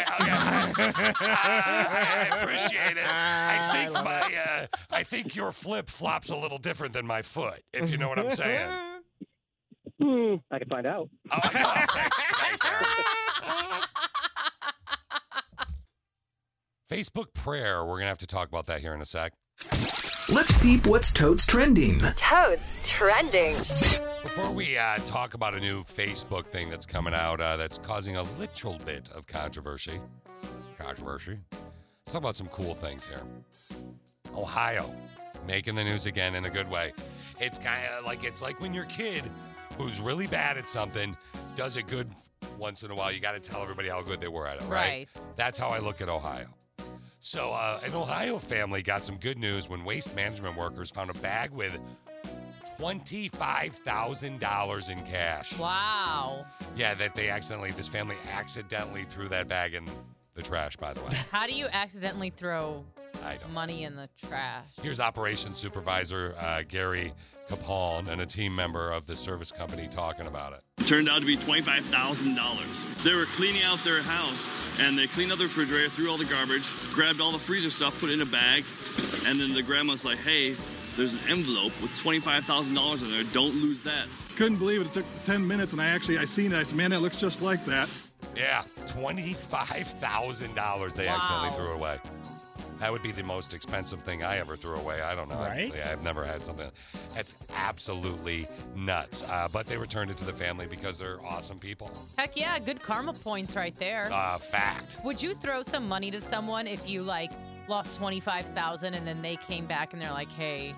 [SPEAKER 7] [laughs] I, I appreciate it. I think my, uh, I think your flip flops a little different than my foot, if you know what I'm saying.
[SPEAKER 20] Hmm, I can find out.
[SPEAKER 7] Oh, I know. Thanks. Thanks, Aaron. Facebook prayer. We're gonna have to talk about that here in a sec.
[SPEAKER 9] Let's peep what's totes trending.
[SPEAKER 21] Toads trending.
[SPEAKER 7] Before we uh, talk about a new Facebook thing that's coming out uh, that's causing a little bit of controversy, controversy. Let's talk about some cool things here. Ohio making the news again in a good way. It's kind of like it's like when your kid who's really bad at something does it good once in a while. You got to tell everybody how good they were at it, right? That's how I look at Ohio. So, uh, an Ohio family got some good news when waste management workers found a bag with $25,000 in cash.
[SPEAKER 8] Wow.
[SPEAKER 7] Yeah, that they accidentally, this family accidentally threw that bag in the trash, by the way.
[SPEAKER 8] How do you accidentally throw
[SPEAKER 7] I don't.
[SPEAKER 8] Money in the trash.
[SPEAKER 7] Here's operations supervisor uh, Gary Capon and a team member of the service company talking about it.
[SPEAKER 2] It turned out to be $25,000. They were cleaning out their house and they cleaned out the refrigerator, threw all the garbage, grabbed all the freezer stuff, put it in a bag, and then the grandma's like, hey, there's an envelope with $25,000 in there. Don't lose that.
[SPEAKER 22] Couldn't believe it. It took 10 minutes, and I actually I seen it. I said, man, that looks just like that.
[SPEAKER 7] Yeah, twenty-five thousand dollars they accidentally
[SPEAKER 22] Wow.
[SPEAKER 7] threw away. That would be the most expensive thing I ever threw away. I don't know.
[SPEAKER 22] Right?
[SPEAKER 7] Actually, I've never had something. That's absolutely nuts. Uh, but they returned it to the family because they're awesome people.
[SPEAKER 8] Heck yeah, good karma points right there.
[SPEAKER 7] Uh, fact.
[SPEAKER 8] Would you throw some money to someone if you like lost twenty five thousand and then they came back and they're like, "Hey,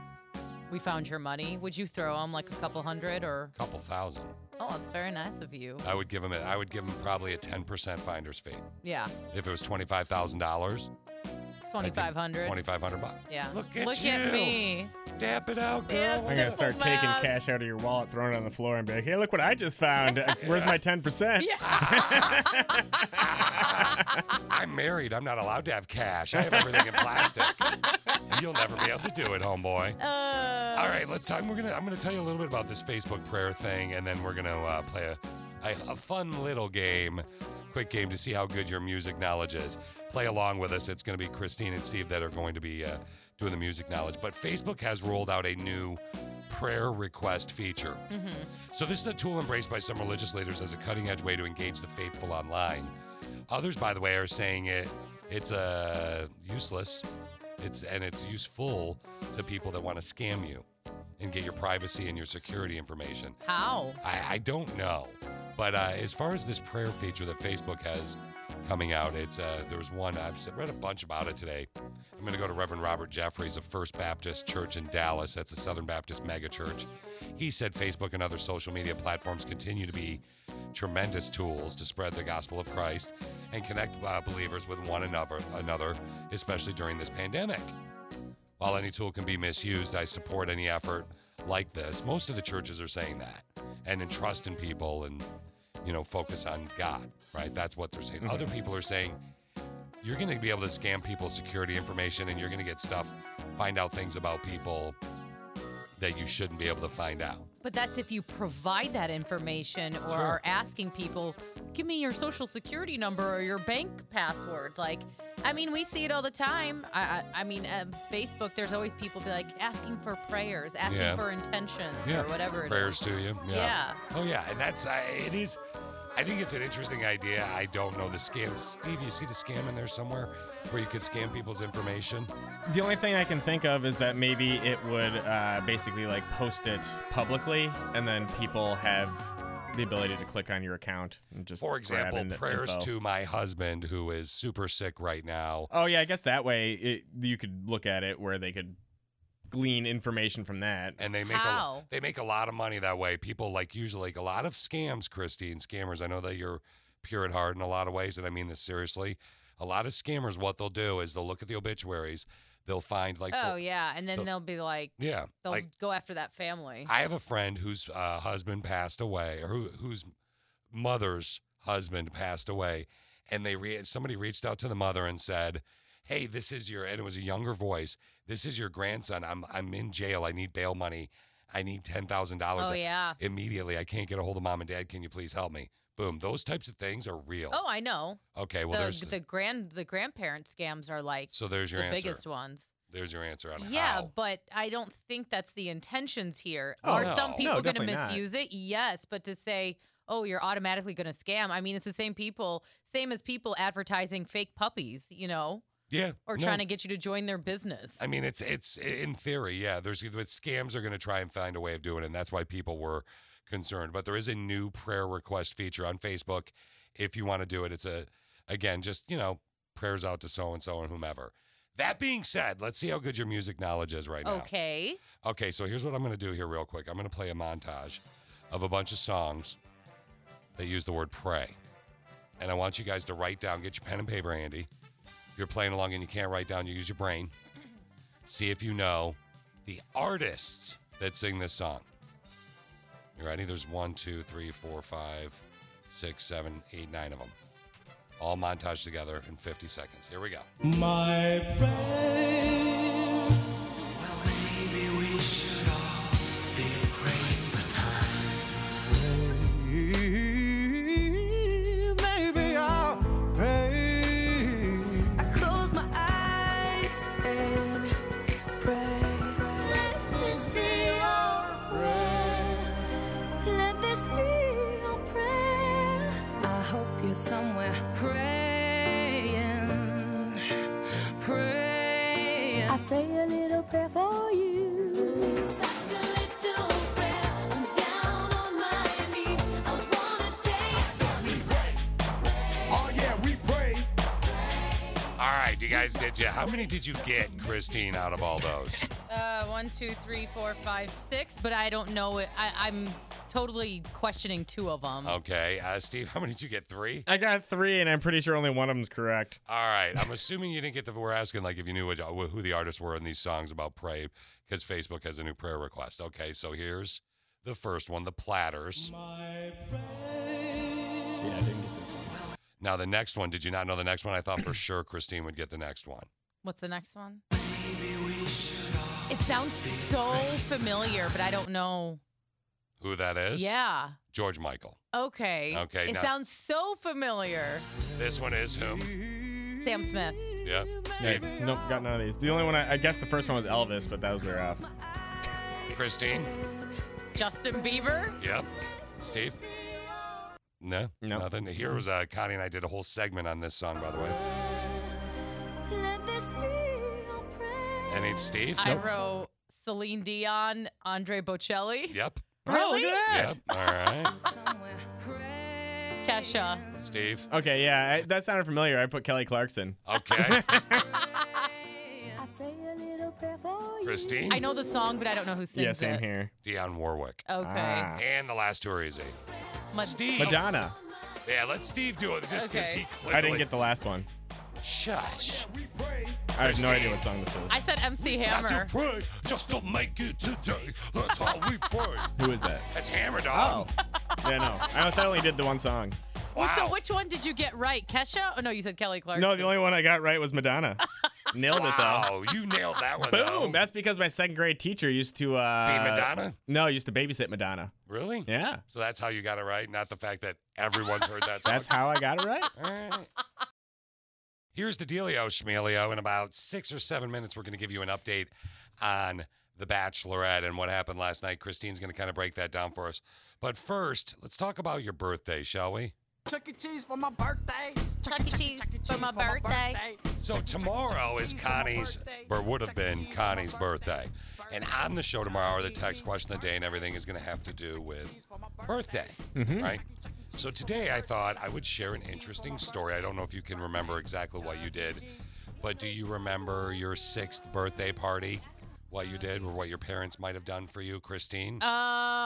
[SPEAKER 8] we found your money." Would you throw them like a couple hundred or?
[SPEAKER 7] Couple thousand.
[SPEAKER 8] Oh, that's very nice of you.
[SPEAKER 7] I would give them. A, I would give them probably a ten percent finder's fee.
[SPEAKER 8] Yeah,
[SPEAKER 7] If it was twenty-five thousand dollars,
[SPEAKER 8] twenty five hundred.
[SPEAKER 7] twenty-five hundred bucks.
[SPEAKER 8] Yeah. Look
[SPEAKER 7] at you.
[SPEAKER 8] me. [laughs]
[SPEAKER 7] Dap it out, girl.
[SPEAKER 19] I'm gonna start taking cash out of your wallet, throwing it on the floor, and be like, "Hey, look what I just found! Uh, Where's my ten percent?"
[SPEAKER 7] I'm married. I'm not allowed to have cash. I have everything in plastic. And You'll never be able to do it, homeboy. All right, let's talk. We're gonna. I'm gonna tell you a little bit about this Facebook prayer thing, and then we're gonna uh, play a, a a fun little game, quick game to see how good your music knowledge is. Play along with us. It's gonna be Christine and Steve that are going to be uh, doing the music knowledge. But Facebook has rolled out a new prayer request feature. So, this is a tool embraced by some religious leaders as a cutting edge way to engage the faithful online. Others, by the way, are saying it it's uh, useless it's, and it's useful to people that want to scam you and get your privacy and your security information.
[SPEAKER 8] How?
[SPEAKER 7] I, I don't know. But uh, as far as this prayer feature that Facebook has coming out, it's uh, there was one I've s- read a bunch about it today. I'm going to go to Reverend Robert Jeffries of First Baptist Church in Dallas. That's a Southern Baptist megachurch. He said Facebook and other social media platforms continue to be tremendous tools to spread the gospel of Christ and connect uh, believers with one another, another, especially during this pandemic. While any tool can be misused, I support any effort like this. Most of the churches are saying that and entrust in people and, you know, focus on God, right? That's what they're saying.
[SPEAKER 23] Mhm.
[SPEAKER 8] Mm-hmm.
[SPEAKER 7] Other people are saying you're going to be able to scam people's security information and you're going to get stuff, find out things about people that you shouldn't be able to find out.
[SPEAKER 8] But that's if you provide that information or
[SPEAKER 7] Sure.
[SPEAKER 8] are asking people, give me your social security number or your bank password. Like, I mean, we see it all the time. I, I, I mean, at Facebook, there's always people be like asking for prayers, asking
[SPEAKER 7] Yeah.
[SPEAKER 8] for intentions or whatever. it is.
[SPEAKER 7] prayers to you.
[SPEAKER 8] Yeah.
[SPEAKER 7] Yeah. Oh yeah, and that's uh, it is. I think it's an interesting idea. I don't know the scam. Steve, you see the scam in there somewhere where you could scam people's information?
[SPEAKER 19] The only thing I can think of is that maybe it would uh, basically like post it publicly, and then people have the ability to click on your account and just
[SPEAKER 7] For
[SPEAKER 19] grab
[SPEAKER 7] example,
[SPEAKER 19] in the
[SPEAKER 7] prayers
[SPEAKER 19] info.
[SPEAKER 7] to my husband who is super sick right now.
[SPEAKER 19] Oh yeah, I guess that way it, you could look at it where they could glean information from that.
[SPEAKER 7] And they make a, they make a lot of money that way. People like usually like a lot of scams, Christy, and scammers. I know that you're pure at heart in a lot of ways, and I mean this seriously. A lot of scammers, what they'll do is they'll look at the obituaries, they'll find like
[SPEAKER 8] oh,
[SPEAKER 7] the-
[SPEAKER 8] yeah. And then
[SPEAKER 7] the-
[SPEAKER 8] they'll be like,
[SPEAKER 7] yeah,
[SPEAKER 8] they'll
[SPEAKER 7] like
[SPEAKER 8] go after that family.
[SPEAKER 7] I have a friend whose uh, husband passed away, or who, whose mother's husband passed away, and they re- somebody reached out to the mother and said, "Hey, this is your," and it was a younger voice. This is your grandson. I'm I'm in jail. I need bail money. I need ten thousand dollars.
[SPEAKER 8] Oh, yeah.
[SPEAKER 7] Immediately, I can't get a hold of mom and dad. Can you please help me? Boom. Those types of things are real.
[SPEAKER 8] oh, I know.
[SPEAKER 7] Okay. Well, there's
[SPEAKER 8] the, the grand the grandparent scams are like
[SPEAKER 7] so there's your
[SPEAKER 8] the
[SPEAKER 7] answer.
[SPEAKER 8] biggest ones.
[SPEAKER 7] There's your answer on
[SPEAKER 8] Yeah,
[SPEAKER 7] how.
[SPEAKER 8] but I don't think that's the intentions here.
[SPEAKER 7] Oh,
[SPEAKER 8] Are
[SPEAKER 7] no.
[SPEAKER 8] some
[SPEAKER 7] No,
[SPEAKER 8] people going to
[SPEAKER 7] definitely not.
[SPEAKER 8] misuse it? Yes, but to say, "Oh, you're automatically going to scam." I mean, it's the same people, same as people advertising fake puppies, you know,
[SPEAKER 7] Yeah.
[SPEAKER 8] or
[SPEAKER 7] no.
[SPEAKER 8] trying to get you to join their business.
[SPEAKER 7] I mean, it's it's in theory, yeah. There's but scams are going to try and find a way of doing it, and that's why people were concerned. But there is a new prayer request feature on Facebook. If you want to do it, it's a again just you know prayers out to so and so and whomever. That being said, let's see how good your music knowledge is right now.
[SPEAKER 8] okay.
[SPEAKER 7] Okay, so here's what I'm going to do here, real quick. I'm going to play a montage of a bunch of songs that use the word pray. And I want you guys to write down, get your pen and paper handy. If you're playing along and you can't write down, you use your brain. See if you know the artists that sing this song. You ready? There's one, two, three, four, five, six, seven, eight, nine of them. all montaged together in 50 seconds. Here we go.
[SPEAKER 24] My
[SPEAKER 5] Maybe I'll pray. I close my eyes and pray. Let this be our prayer. Let this be our prayer. I hope you're somewhere praying, praying. I say a little prayer for you. It's like a little prayer. I'm down on my knees. I wanna taste.
[SPEAKER 7] Oh yeah, we pray. All right, you guys did you? How many did you get, Christine, out of all those?
[SPEAKER 8] Uh, one, two, three, four, five, six. But I don't know. It. I, I'm totally questioning two of them.
[SPEAKER 7] Okay, uh, Steve, [laughs] how many did you get? Three.
[SPEAKER 1] I got three, and I'm pretty sure only one of them's correct.
[SPEAKER 7] All right, I'm assuming you didn't get the. We're asking like if you knew what, who the artists were in these songs about pray, because Facebook has a new prayer request. Okay, so here's the first one, the Platters.
[SPEAKER 1] Yeah, I didn't get this one.
[SPEAKER 7] Now the next one, did you not know the next one? I thought
[SPEAKER 8] [clears throat]
[SPEAKER 7] for sure Christine would get the next one.
[SPEAKER 8] What's the next one? It sounds so familiar, but I don't know.
[SPEAKER 7] Who that is?
[SPEAKER 8] Yeah.
[SPEAKER 7] George Michael.
[SPEAKER 8] Okay.
[SPEAKER 7] Okay,
[SPEAKER 8] It
[SPEAKER 7] now-
[SPEAKER 8] sounds so familiar.
[SPEAKER 7] This one is whom?
[SPEAKER 8] Sam Smith.
[SPEAKER 7] Yeah.
[SPEAKER 1] Hey, nope, got none of these. The only one I, I guess the first one was Elvis, but that was way off.
[SPEAKER 7] Christine.
[SPEAKER 8] Justin Bieber.
[SPEAKER 7] Yep. Steve? No, nothing. Here was uh, Connie and I did a whole segment on this song, by the way.
[SPEAKER 5] Let this be our prayer.
[SPEAKER 7] Any Steve?
[SPEAKER 8] I wrote Celine Dion, Andre Bocelli.
[SPEAKER 7] Yep.
[SPEAKER 8] Really?
[SPEAKER 7] Yep. All right.
[SPEAKER 8] Kesha.
[SPEAKER 7] Steve.
[SPEAKER 1] Okay, yeah, I, that sounded familiar. I put Kelly Clarkson.
[SPEAKER 8] [laughs]
[SPEAKER 7] Okay.
[SPEAKER 5] I say a little prayer for you.
[SPEAKER 7] Christine?
[SPEAKER 8] I know the song, but I don't know who sings
[SPEAKER 1] yeah, same
[SPEAKER 8] it.
[SPEAKER 1] here.
[SPEAKER 7] Dionne Warwick.
[SPEAKER 8] Okay. Ah.
[SPEAKER 7] And the last two are easy.
[SPEAKER 8] Ma-
[SPEAKER 7] Steve.
[SPEAKER 1] Madonna.
[SPEAKER 7] Yeah, let Steve do it just because
[SPEAKER 8] Okay. Oh,
[SPEAKER 7] he clearly.
[SPEAKER 1] I didn't get the last one.
[SPEAKER 7] Shush.
[SPEAKER 1] I have no
[SPEAKER 7] Christine.
[SPEAKER 1] idea what song this is.
[SPEAKER 8] I said MC Hammer.
[SPEAKER 7] Not to pray, just to make it today. That's how we pray.
[SPEAKER 1] Who is that?
[SPEAKER 7] That's Hammer Dog.
[SPEAKER 1] [laughs] Yeah, no. I must- I only did the one song.
[SPEAKER 8] Well, so which one did you get right? Kesha? Oh no, you said Kelly Clarkson.
[SPEAKER 1] No, the only one I got right was
[SPEAKER 8] [laughs]
[SPEAKER 1] Madonna. Oh, Nailed
[SPEAKER 7] Wow,
[SPEAKER 1] it though.
[SPEAKER 7] you nailed that one.
[SPEAKER 1] Boom!
[SPEAKER 7] though.
[SPEAKER 1] That's because my second grade teacher used to uh,
[SPEAKER 7] Be Madonna?
[SPEAKER 1] No, used to babysit Madonna.
[SPEAKER 7] Really?
[SPEAKER 1] Yeah.
[SPEAKER 7] So that's how you got it right, not the fact that everyone's
[SPEAKER 1] [laughs]
[SPEAKER 7] heard that
[SPEAKER 8] Oh,
[SPEAKER 7] song.
[SPEAKER 1] That's how I got it right.
[SPEAKER 7] Here's the dealio, Schmelio. In about six or seven minutes, we're going to give you an update on The Bachelorette and what happened last night. Christine's going to kind of break that down for us. But first, let's talk about your birthday, shall we?
[SPEAKER 4] Chuck E. Cheese for my birthday.
[SPEAKER 8] Chuck E. Cheese for my birthday.
[SPEAKER 7] So tomorrow is Connie's, or would have been Connie's birthday. And on the show tomorrow, the text question of the day and everything is going to have to do with birthday,
[SPEAKER 5] Mhm.
[SPEAKER 7] right? So today I thought I would share an interesting story. I don't know if you can remember exactly what you did, but do you remember your sixth birthday party? What you did or what your parents might have done for you, Christine?
[SPEAKER 8] Uh,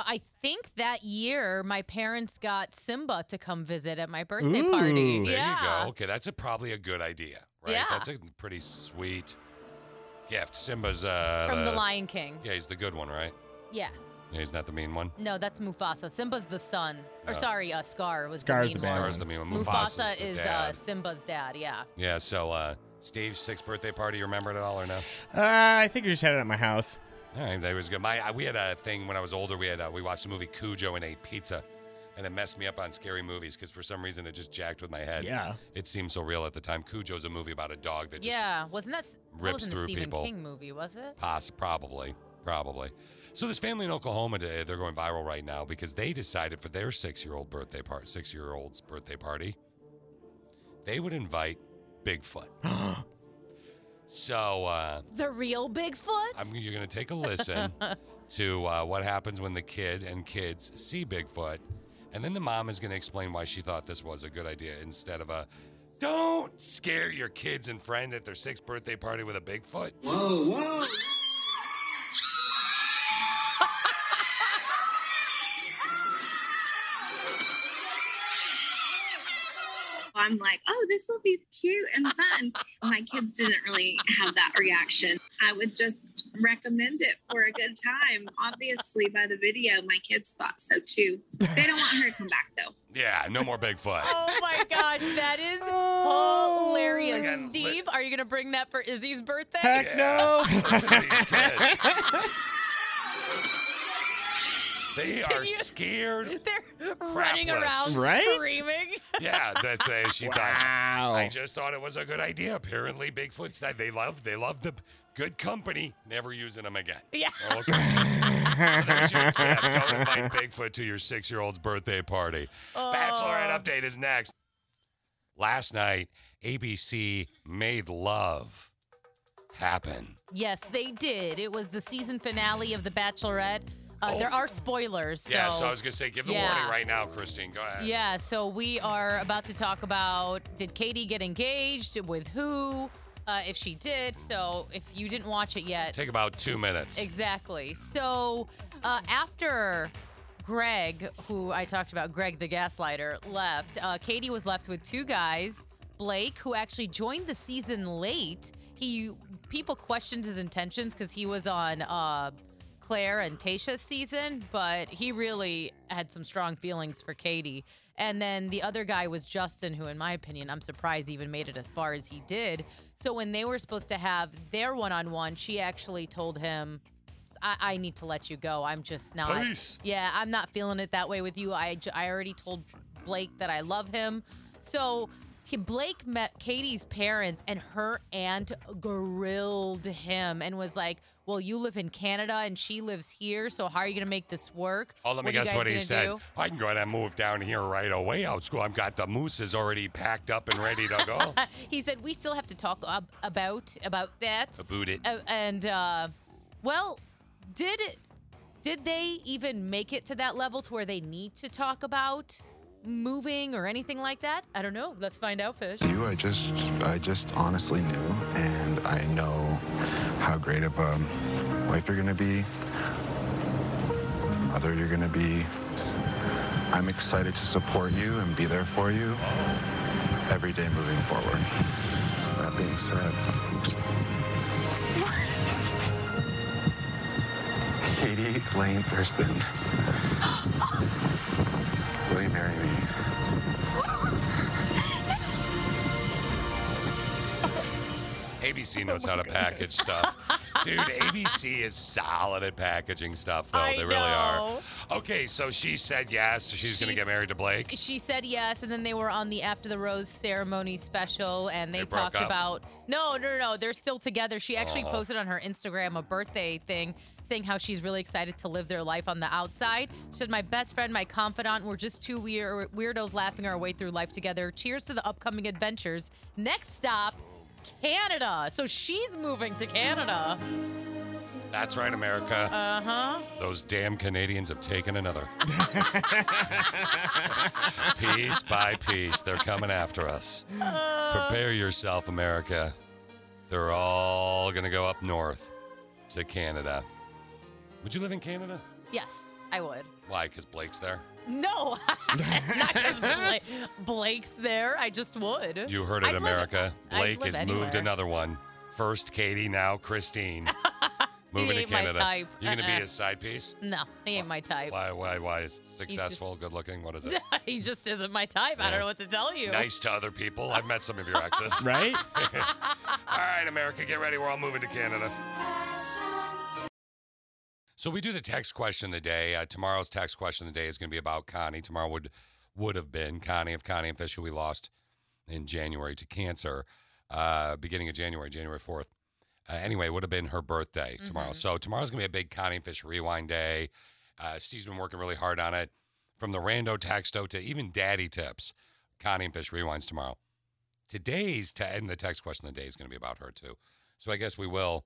[SPEAKER 8] I think that year my parents got Simba to come visit at my birthday party.
[SPEAKER 7] There
[SPEAKER 8] yeah.
[SPEAKER 7] you go. Okay, that's a, probably a good idea, right?
[SPEAKER 8] Yeah.
[SPEAKER 7] That's a pretty sweet gift. Simba's uh,
[SPEAKER 8] From The Lion King.
[SPEAKER 7] Yeah, he's the good one, right?
[SPEAKER 8] Yeah.
[SPEAKER 7] Yeah, he's not the mean one.
[SPEAKER 8] No, that's Mufasa. Simba's the son. Or
[SPEAKER 7] Yeah.
[SPEAKER 8] sorry, uh, Scar was
[SPEAKER 7] Scar's
[SPEAKER 8] the
[SPEAKER 7] the
[SPEAKER 8] mean
[SPEAKER 7] bad
[SPEAKER 8] one.
[SPEAKER 7] Scar's the mean one. Mufasa's
[SPEAKER 8] Mufasa
[SPEAKER 7] the
[SPEAKER 8] is uh,
[SPEAKER 7] dad.
[SPEAKER 8] Simba's dad. Yeah.
[SPEAKER 7] Yeah, so uh, Steve's sixth birthday party, you remember it at all or no?
[SPEAKER 1] Uh, I think you just had it at my house.
[SPEAKER 7] All right, that was good. My I- we had a thing when I was older. We had uh, we watched the movie Cujo and ate pizza, and it messed me up on scary movies because for some reason it just jacked with my head.
[SPEAKER 8] Yeah.
[SPEAKER 7] it seemed so real at the time. Cujo's a movie about a dog that just
[SPEAKER 8] Yeah. Wasn't that, s- that
[SPEAKER 7] rips
[SPEAKER 8] wasn't
[SPEAKER 7] through
[SPEAKER 8] a Stephen
[SPEAKER 7] people.
[SPEAKER 8] King movie, was it?
[SPEAKER 7] Poss- probably, probably. So this family in Oklahoma, they- they're going viral right now because they decided for their six-year-old birthday party, six-year-old's birthday party, they would invite Bigfoot. so uh,
[SPEAKER 8] The real Bigfoot?
[SPEAKER 7] I'm, you're going to take a listen to uh, what happens when the kid and kids see Bigfoot, and then the mom is going to explain why she thought this was a good idea instead of a "Don't scare your kids and friend at their sixth birthday party with a Bigfoot."
[SPEAKER 24] Whoa, whoa.
[SPEAKER 6] I'm like, oh, this will be cute and fun. [laughs] My kids didn't really have that reaction. I would just recommend it for a good time. Obviously, by the video, my kids thought so too. They don't want her to come back though.
[SPEAKER 7] Yeah, no more Bigfoot.
[SPEAKER 8] [laughs] Oh my gosh, that is hilarious. Steve, are you going to bring that for Izzy's birthday?
[SPEAKER 7] Heck no. [laughs] Listen to these kids. They
[SPEAKER 8] Can
[SPEAKER 7] are
[SPEAKER 8] you-
[SPEAKER 7] scared.
[SPEAKER 8] [laughs] They're running
[SPEAKER 7] Crapless.
[SPEAKER 8] around
[SPEAKER 7] Right?
[SPEAKER 8] screaming.
[SPEAKER 7] Yeah, that's uh, she
[SPEAKER 1] Wow.
[SPEAKER 7] thought. [laughs] I just thought it was a good idea. Apparently, Bigfoot's that they love. They love the good company. Never using them again.
[SPEAKER 8] Yeah.
[SPEAKER 7] Okay. So
[SPEAKER 1] [laughs]
[SPEAKER 7] there's your tip. Don't invite Bigfoot to your six-year-old's birthday party. Bachelorette update is next. Last night, ABC made love happen.
[SPEAKER 8] Oh. Yes, they did. It was the season finale of The Bachelorette. Uh, There are spoilers. So,
[SPEAKER 7] Oh. yeah, so I was gonna say, give the
[SPEAKER 8] yeah.
[SPEAKER 7] warning right now, Christine. Go ahead.
[SPEAKER 8] Yeah, so we are about to talk about did Katie get engaged with who? Uh, if she did, so if you didn't watch it yet,
[SPEAKER 7] Take about two minutes.
[SPEAKER 8] Exactly. So uh, after Greg, who I talked about, Greg the gaslighter, left, uh, Katie was left with two guys. Blake, who actually joined the season late, he people questioned his intentions because he was on uh, Claire and Tasha's season, but he really had some strong feelings for Katie. And then the other guy was Justin, who, in my opinion, I'm surprised even made it as far as he did. So when they were supposed to have their one on one, she actually told him, I-, I need to let you go. I'm just not.
[SPEAKER 7] Peace.
[SPEAKER 8] Yeah, I'm not feeling it that way with you. I, j- I already told Blake that I love him. So he, Blake met Katie's parents, and her aunt grilled him and was like, Well, you live in Canada and she lives here. So how are you going to make this work?
[SPEAKER 7] Oh, let me
[SPEAKER 8] What are you
[SPEAKER 7] guess
[SPEAKER 8] guys
[SPEAKER 7] what he
[SPEAKER 8] gonna
[SPEAKER 7] said.
[SPEAKER 8] do?"
[SPEAKER 7] I can go ahead and move down here right away out school. I've got the mooses already packed up and ready to
[SPEAKER 8] [laughs]
[SPEAKER 7] go.
[SPEAKER 8] he said we still have to talk ab- about about that
[SPEAKER 7] About it.
[SPEAKER 8] Uh, and uh, well did it did they even make it to that level to where they need to talk about moving or anything like that i don't know let's find out fish
[SPEAKER 5] You, I just, I just honestly knew, and I know how great of a wife you're gonna be, mother you're gonna be. I'm excited to support you and be there for you every day moving forward. So that being said, Katie Lane Thurston, will you marry me?
[SPEAKER 7] ABC knows how to package
[SPEAKER 8] [laughs]
[SPEAKER 7] stuff. Dude, ABC is solid at packaging stuff, though.
[SPEAKER 8] I
[SPEAKER 7] they really are.
[SPEAKER 8] know.
[SPEAKER 7] Okay, so she said yes. She's going to
[SPEAKER 8] She's-
[SPEAKER 7] get married to Blake.
[SPEAKER 8] she said yes and then they were on the after the rose ceremony special and they,
[SPEAKER 7] They broke
[SPEAKER 8] talked
[SPEAKER 7] up.
[SPEAKER 8] about no no no, no they're still together she actually
[SPEAKER 7] Oh.
[SPEAKER 8] posted on her instagram a birthday thing saying how she's really excited to live their life on the outside she said my best friend my confidant we're just two weir- weirdos laughing our way through life together cheers to the upcoming adventures next stop canada so she's moving to canada
[SPEAKER 7] That's right, America.
[SPEAKER 8] uh-huh
[SPEAKER 7] Those damn Canadians have taken another. [laughs] piece by piece, they're coming after us.
[SPEAKER 8] Uh.
[SPEAKER 7] Prepare yourself, America. They're all going to go up north to Canada. Would you live in Canada?
[SPEAKER 8] yes i would
[SPEAKER 7] Why? Because Blake's there.
[SPEAKER 8] No, [laughs] not because Bla- Blake's there. I just would.
[SPEAKER 7] You heard it,
[SPEAKER 8] I'd live-
[SPEAKER 7] America.
[SPEAKER 8] I'd
[SPEAKER 7] Blake
[SPEAKER 8] live
[SPEAKER 7] has moved
[SPEAKER 8] anywhere.
[SPEAKER 7] another one. First Katie, now Christine.
[SPEAKER 8] [laughs]
[SPEAKER 7] Moving to
[SPEAKER 8] ain't my
[SPEAKER 7] Canada.
[SPEAKER 8] type.
[SPEAKER 7] You're going to
[SPEAKER 8] Uh-uh.
[SPEAKER 7] be his side piece?
[SPEAKER 8] No, he ain't my type.
[SPEAKER 7] Why, why, why? Is successful, good looking? What is it?
[SPEAKER 8] [laughs] he just isn't my type. I
[SPEAKER 7] Yeah.
[SPEAKER 8] don't know what to tell you.
[SPEAKER 7] Nice [laughs] to other people. I've met some of your exes.
[SPEAKER 19] [laughs]
[SPEAKER 1] [laughs] Right?
[SPEAKER 7] all right, America, get ready. We're all moving to Canada. So we do the text question of the day. Uh, tomorrow's text question of the day is going to be about Connie. Tomorrow would would have been Connie if Connie and Fisher we lost in January to cancer, uh, beginning of January, January fourth. Uh, anyway, would have been her birthday tomorrow. So tomorrow's going to be a big Connie and Fish rewind day. Uh, Steve's been working really hard on it, from the rando texto to even daddy tips. Connie and Fish rewinds tomorrow. Today's te- and the text question of the day is going to be about her too. So I guess we will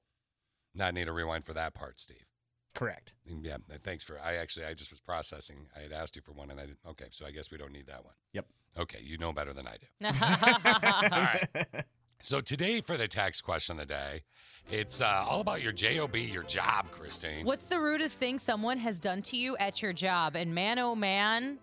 [SPEAKER 7] not need a rewind for that part, Steve. Mm,
[SPEAKER 1] Correct.
[SPEAKER 7] Yeah, th- thanks for. I actually, I just was processing. I had asked you for one, and I didn't. Okay, so I guess we don't need that one.
[SPEAKER 1] Yep.
[SPEAKER 7] Okay, you know better than I do.
[SPEAKER 12] [laughs]
[SPEAKER 7] all right. So today for the tax question of the day, it's uh, all about your job, your job, Christine.
[SPEAKER 8] [laughs] What's the rudest thing someone has done to you at your job? And man, oh man,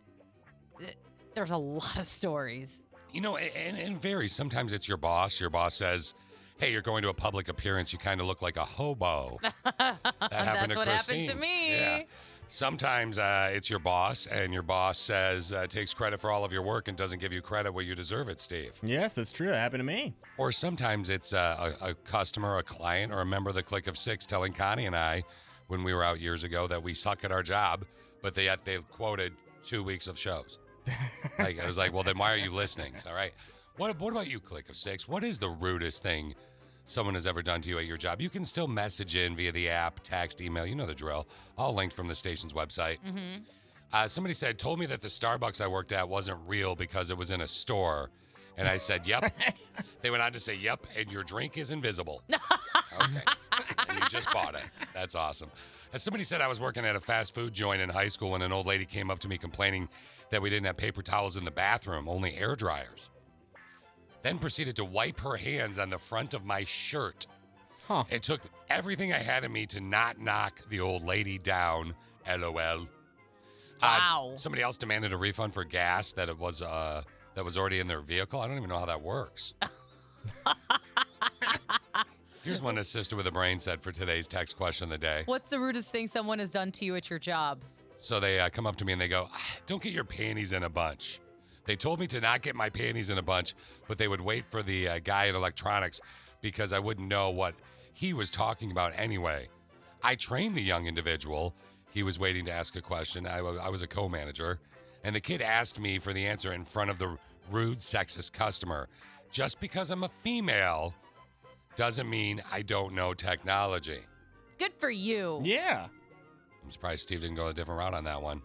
[SPEAKER 8] th- there's a lot of stories. [laughs]
[SPEAKER 7] You know, a- and, and it varies. Sometimes it's your boss. Your boss says, "Hey, you're going to a public appearance. You kind of look like a hobo." That happened
[SPEAKER 8] That's
[SPEAKER 7] to
[SPEAKER 8] what happened
[SPEAKER 7] Christine.
[SPEAKER 8] to me.
[SPEAKER 7] Yeah. Sometimes uh, it's your boss, and your boss says uh, takes credit for all of your work and doesn't give you credit where you deserve it, Steve.
[SPEAKER 19] Yes, that's true. That happened to me.
[SPEAKER 7] Or sometimes it's uh, a, a customer, a client, or a member of the Click of Six telling Connie and I when we were out years ago that we suck at our job, but they they quoted two weeks of shows. like I was like, well, then why are you listening? All right. What what about you, Click of Six? What is the rudest thing someone has ever done to you at your job? You can still message in via the app, text, email. You know the drill. All linked from the station's website.
[SPEAKER 3] Mm-hmm.
[SPEAKER 7] Uh, somebody said, told me that the Starbucks I worked at wasn't real because it was in a store. And I said, yep. they went on to say, yep, and your drink is invisible. okay. And you just bought it. That's awesome. Uh, somebody said I was working at a fast food joint in high school when an old lady came up to me complaining that we didn't have paper towels in the bathroom, only air dryers. Then proceeded to wipe her hands on the front of my shirt. It took everything I had in me to not knock the old lady down. LOL. Wow. Uh, somebody else demanded a refund for gas that it was uh that was already in their vehicle. I don't even know how that works. Here's one assisted with a brain set for today's text question of the day.
[SPEAKER 8] What's the rudest thing someone has done to you at your job?
[SPEAKER 7] So they uh, come up to me and they go, "Ah, "Don't get your panties in a bunch." They told me to not get my panties in a bunch, but they would wait for the uh, guy at electronics because I wouldn't know what he was talking about anyway. I trained the young individual. He was waiting to ask a question. I wa- I was a co-manager, and the kid asked me for the answer in front of the rude, sexist customer. Just because I'm a female doesn't mean I don't know technology.
[SPEAKER 8] Good for you.
[SPEAKER 19] Yeah.
[SPEAKER 7] I'm surprised Steve didn't go a different route on that one.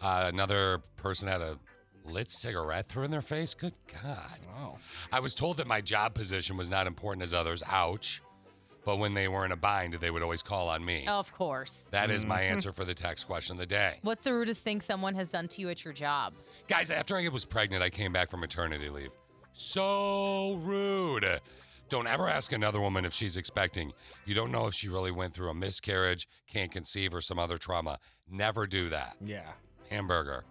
[SPEAKER 7] Uh, another person had a lit cigarette thrown in their face. Good God.
[SPEAKER 19] Wow.
[SPEAKER 7] I was told that my job position was not important as others. Ouch. But when they were in a bind, they would always call on me.
[SPEAKER 8] Of course.
[SPEAKER 7] That is my answer for the text question of the day.
[SPEAKER 8] What's the rudest thing someone has done to you at your job?
[SPEAKER 7] Guys, after I was pregnant, I came back from maternity leave. So rude. Don't ever ask another woman if she's expecting. You don't know if she really went through a miscarriage, can't conceive, or some other trauma. Never do that.
[SPEAKER 19] Yeah.
[SPEAKER 7] Hamburger.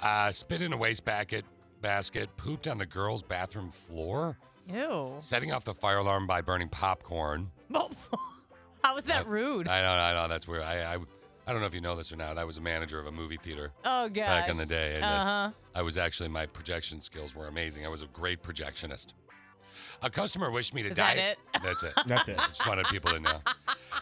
[SPEAKER 7] Uh, spit in a waste basket, basket, pooped on the girls' bathroom floor,
[SPEAKER 8] Ew.
[SPEAKER 7] setting off the fire alarm by burning popcorn.
[SPEAKER 8] [laughs] How is that rude?
[SPEAKER 7] I know, I know, that's weird. I, I, I don't know if you know this or not. I was a manager of a movie theater.
[SPEAKER 8] Oh, gosh.
[SPEAKER 7] Back in the day, and, uh,
[SPEAKER 8] Uh-huh.
[SPEAKER 7] I was actually my projection skills were amazing. I was a great projectionist. A customer wished me to
[SPEAKER 8] Is
[SPEAKER 7] die.
[SPEAKER 8] that it?
[SPEAKER 7] [laughs] That's it.
[SPEAKER 12] [laughs]
[SPEAKER 19] That's it.
[SPEAKER 7] I just wanted people to know.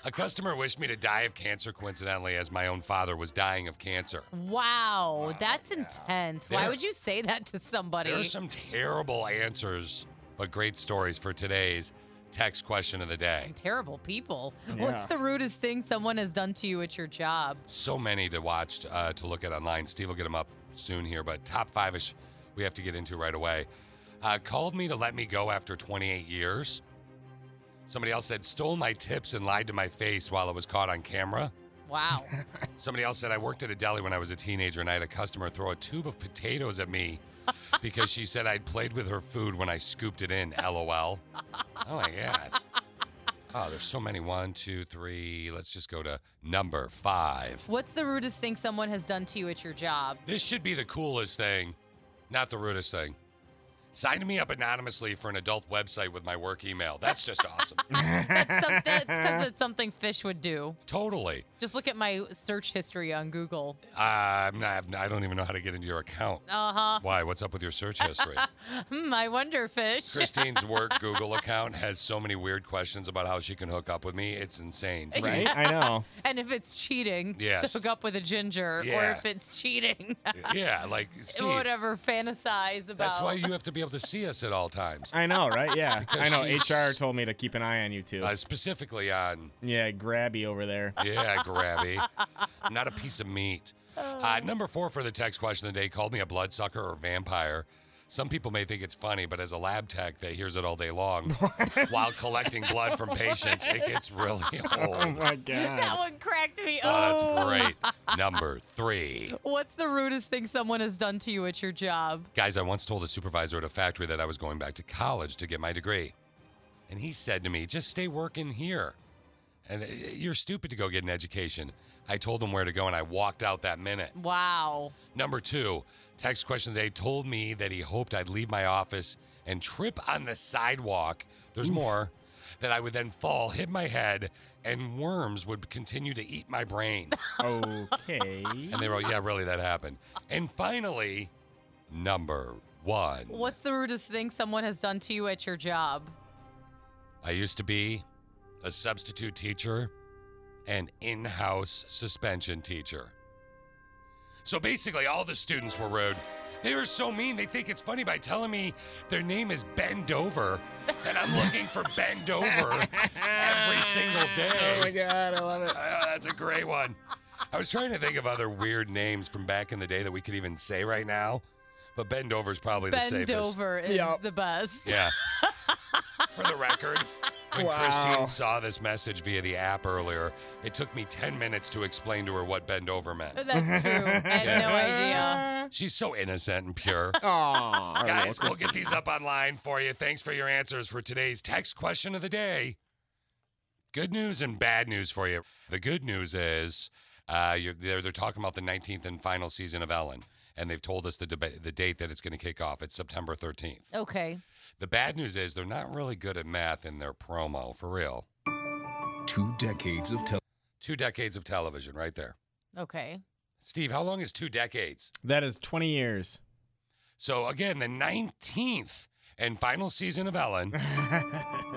[SPEAKER 7] A customer wished me to die of cancer coincidentally, as my own father was dying of cancer.
[SPEAKER 8] Wow, that's intense. Why
[SPEAKER 7] There-
[SPEAKER 8] would you say that to somebody?
[SPEAKER 7] There are some terrible answers, but great stories for today's text question of the day.
[SPEAKER 8] terrible people.
[SPEAKER 7] Yeah.
[SPEAKER 8] What's the rudest thing someone has done to you at your job?
[SPEAKER 7] So many to watch, uh, to look at online. Steve will get them up soon here, but top five ish we have to get into right away. Uh, called me to let me go after 28 years. Somebody else said, stole my tips and lied to my face while it was caught on camera.
[SPEAKER 8] [laughs] Wow.
[SPEAKER 7] Somebody else said, I worked at a deli when I was a teenager and I had a customer throw a tube of potatoes at me because she said I'd played with her food when I scooped it in. LOL. Oh my God. Oh, there's so many. One, two, three. Let's just go to number five.
[SPEAKER 8] What's the rudest thing someone has done to you at your job?
[SPEAKER 7] This should be the coolest thing, not the rudest thing. Signed me up anonymously for an adult website with my work email. That's just awesome.
[SPEAKER 8] That's [laughs] some- that's because it's something fish would do.
[SPEAKER 7] Totally.
[SPEAKER 8] Just look at my search history on Google.
[SPEAKER 7] Uh, I'm not, I don't even know how to get into your account.
[SPEAKER 8] Uh huh.
[SPEAKER 7] Why? What's up with your search history?
[SPEAKER 8] hmm, I wonder, fish.
[SPEAKER 7] Christine's work Google account has so many weird questions about how she can hook up with me. It's insane. Steve.
[SPEAKER 8] [laughs] and if it's cheating
[SPEAKER 7] Yes.
[SPEAKER 8] to hook up with a ginger, or
[SPEAKER 7] Yeah.
[SPEAKER 8] if it's cheating, [laughs]
[SPEAKER 7] Yeah, like Steve.
[SPEAKER 8] whatever, fantasize about.
[SPEAKER 7] That's
[SPEAKER 8] [laughs]
[SPEAKER 7] why you have to be able to see us at all times.
[SPEAKER 19] I know, right?
[SPEAKER 7] [laughs]
[SPEAKER 19] Yeah.
[SPEAKER 7] Because
[SPEAKER 19] I know.
[SPEAKER 7] she's-
[SPEAKER 19] HR told me to keep an eye on you too.
[SPEAKER 7] Uh, specifically on
[SPEAKER 19] yeah, grabby
[SPEAKER 12] [laughs]
[SPEAKER 19] over there.
[SPEAKER 7] yeah, grabby, not a piece of meat. Uh, number four for the text question of the day called me a bloodsucker or vampire. Some people may think it's funny, but as a lab tech that hears it all day long while collecting blood from patients, it gets really old.
[SPEAKER 19] Oh my god.
[SPEAKER 7] [laughs]
[SPEAKER 8] that one cracked me up.
[SPEAKER 7] Oh, that's great. Number three.
[SPEAKER 8] What's the rudest thing someone has done to you at your job?
[SPEAKER 7] Guys, I once told a supervisor at a factory that I was going back to college to get my degree. And he said to me, just stay working here. And uh, you're stupid to go get an education. I told him where to go and I walked out that minute.
[SPEAKER 8] Wow.
[SPEAKER 7] Number two, text question today told me that he hoped I'd leave my office and trip on the sidewalk. There's more. that I would then fall, hit my head, and worms would continue to eat my brain.
[SPEAKER 19] Okay.
[SPEAKER 7] [laughs] and they were all, yeah, really, that happened. And finally, number one.
[SPEAKER 8] What's the rudest thing someone has done to you at your job?
[SPEAKER 7] I used to be a substitute teacher and in house suspension teacher. So basically, all the students were rude. They were so mean, they think it's funny by telling me their name is Bend Over, and I'm looking for Bend Over every single day.
[SPEAKER 19] [laughs]
[SPEAKER 7] Uh,
[SPEAKER 19] Oh my God, I love it.
[SPEAKER 7] that's a great one. I was trying to think of other weird names from back in the day that we could even say right now, but Bend Over is probably the
[SPEAKER 8] Bend
[SPEAKER 7] safest.
[SPEAKER 8] over is the best.
[SPEAKER 7] Yeah. [laughs] For the record, when
[SPEAKER 8] Wow.
[SPEAKER 7] Christine saw this message via the app earlier, it took me 10 minutes to explain to her what bend over meant.
[SPEAKER 8] [laughs] That's true. I had no idea.
[SPEAKER 7] She's so innocent and pure.
[SPEAKER 19] Aw.
[SPEAKER 7] Guys, we'll get these up online for you. Thanks for your answers for today's text question of the day. Good news and bad news for you. The good news is uh, you're, they're, they're talking about the 19th and final season of Ellen, and they've told us the, deba- the date that it's going to kick off. It's September 13th.
[SPEAKER 8] Okay.
[SPEAKER 7] The bad news is they're not really good at math in their promo, for real.
[SPEAKER 9] Two decades of television.
[SPEAKER 7] Two decades of television right there.
[SPEAKER 8] Okay.
[SPEAKER 7] Steve, how long is two decades?
[SPEAKER 19] That is 20 years.
[SPEAKER 7] So again, the 19th and final season of Ellen.
[SPEAKER 9] [laughs]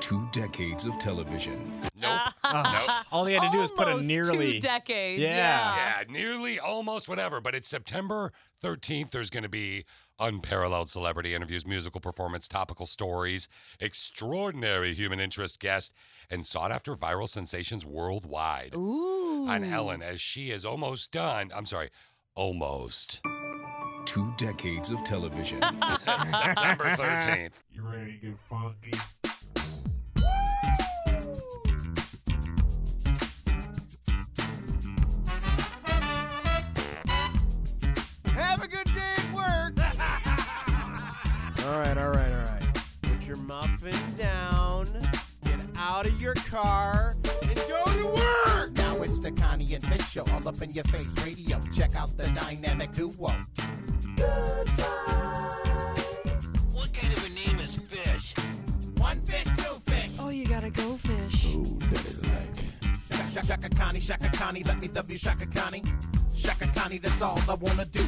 [SPEAKER 9] Two decades of television.
[SPEAKER 7] nope.
[SPEAKER 8] [laughs]
[SPEAKER 19] Ah, All he had to do is put a
[SPEAKER 8] Almost
[SPEAKER 19] nearly.
[SPEAKER 8] Two
[SPEAKER 19] [laughs]
[SPEAKER 8] decades. Uh-huh.
[SPEAKER 7] yeah. nearly, almost, whatever. But it's September 13th. There's going to be unparalleled celebrity interviews, musical performance, topical stories, extraordinary human interest guests, and sought after viral sensations worldwide
[SPEAKER 8] Ooh.
[SPEAKER 7] on Ellen as she is almost done. I'm sorry, almost.
[SPEAKER 9] Two decades of television.
[SPEAKER 7] [laughs] September 13th.
[SPEAKER 11] You ready to get funky?
[SPEAKER 4] Have a good day at work.
[SPEAKER 12] All right, all right, all right. Put your muffin down, get out of your car, and go to work!
[SPEAKER 4] Uh, Now it's the Connie and Big Show, all up in your face radio. Check out the dynamic duo.
[SPEAKER 11] What kind of a name is Fish?
[SPEAKER 4] One fish, two fish. Oh, you gotta go fish. Ooh, dirty like. Shaka, shaka, shaka, Connie, shaka, Connie, let me W, shaka, Connie. Shaka, Connie, that's all I wanna do.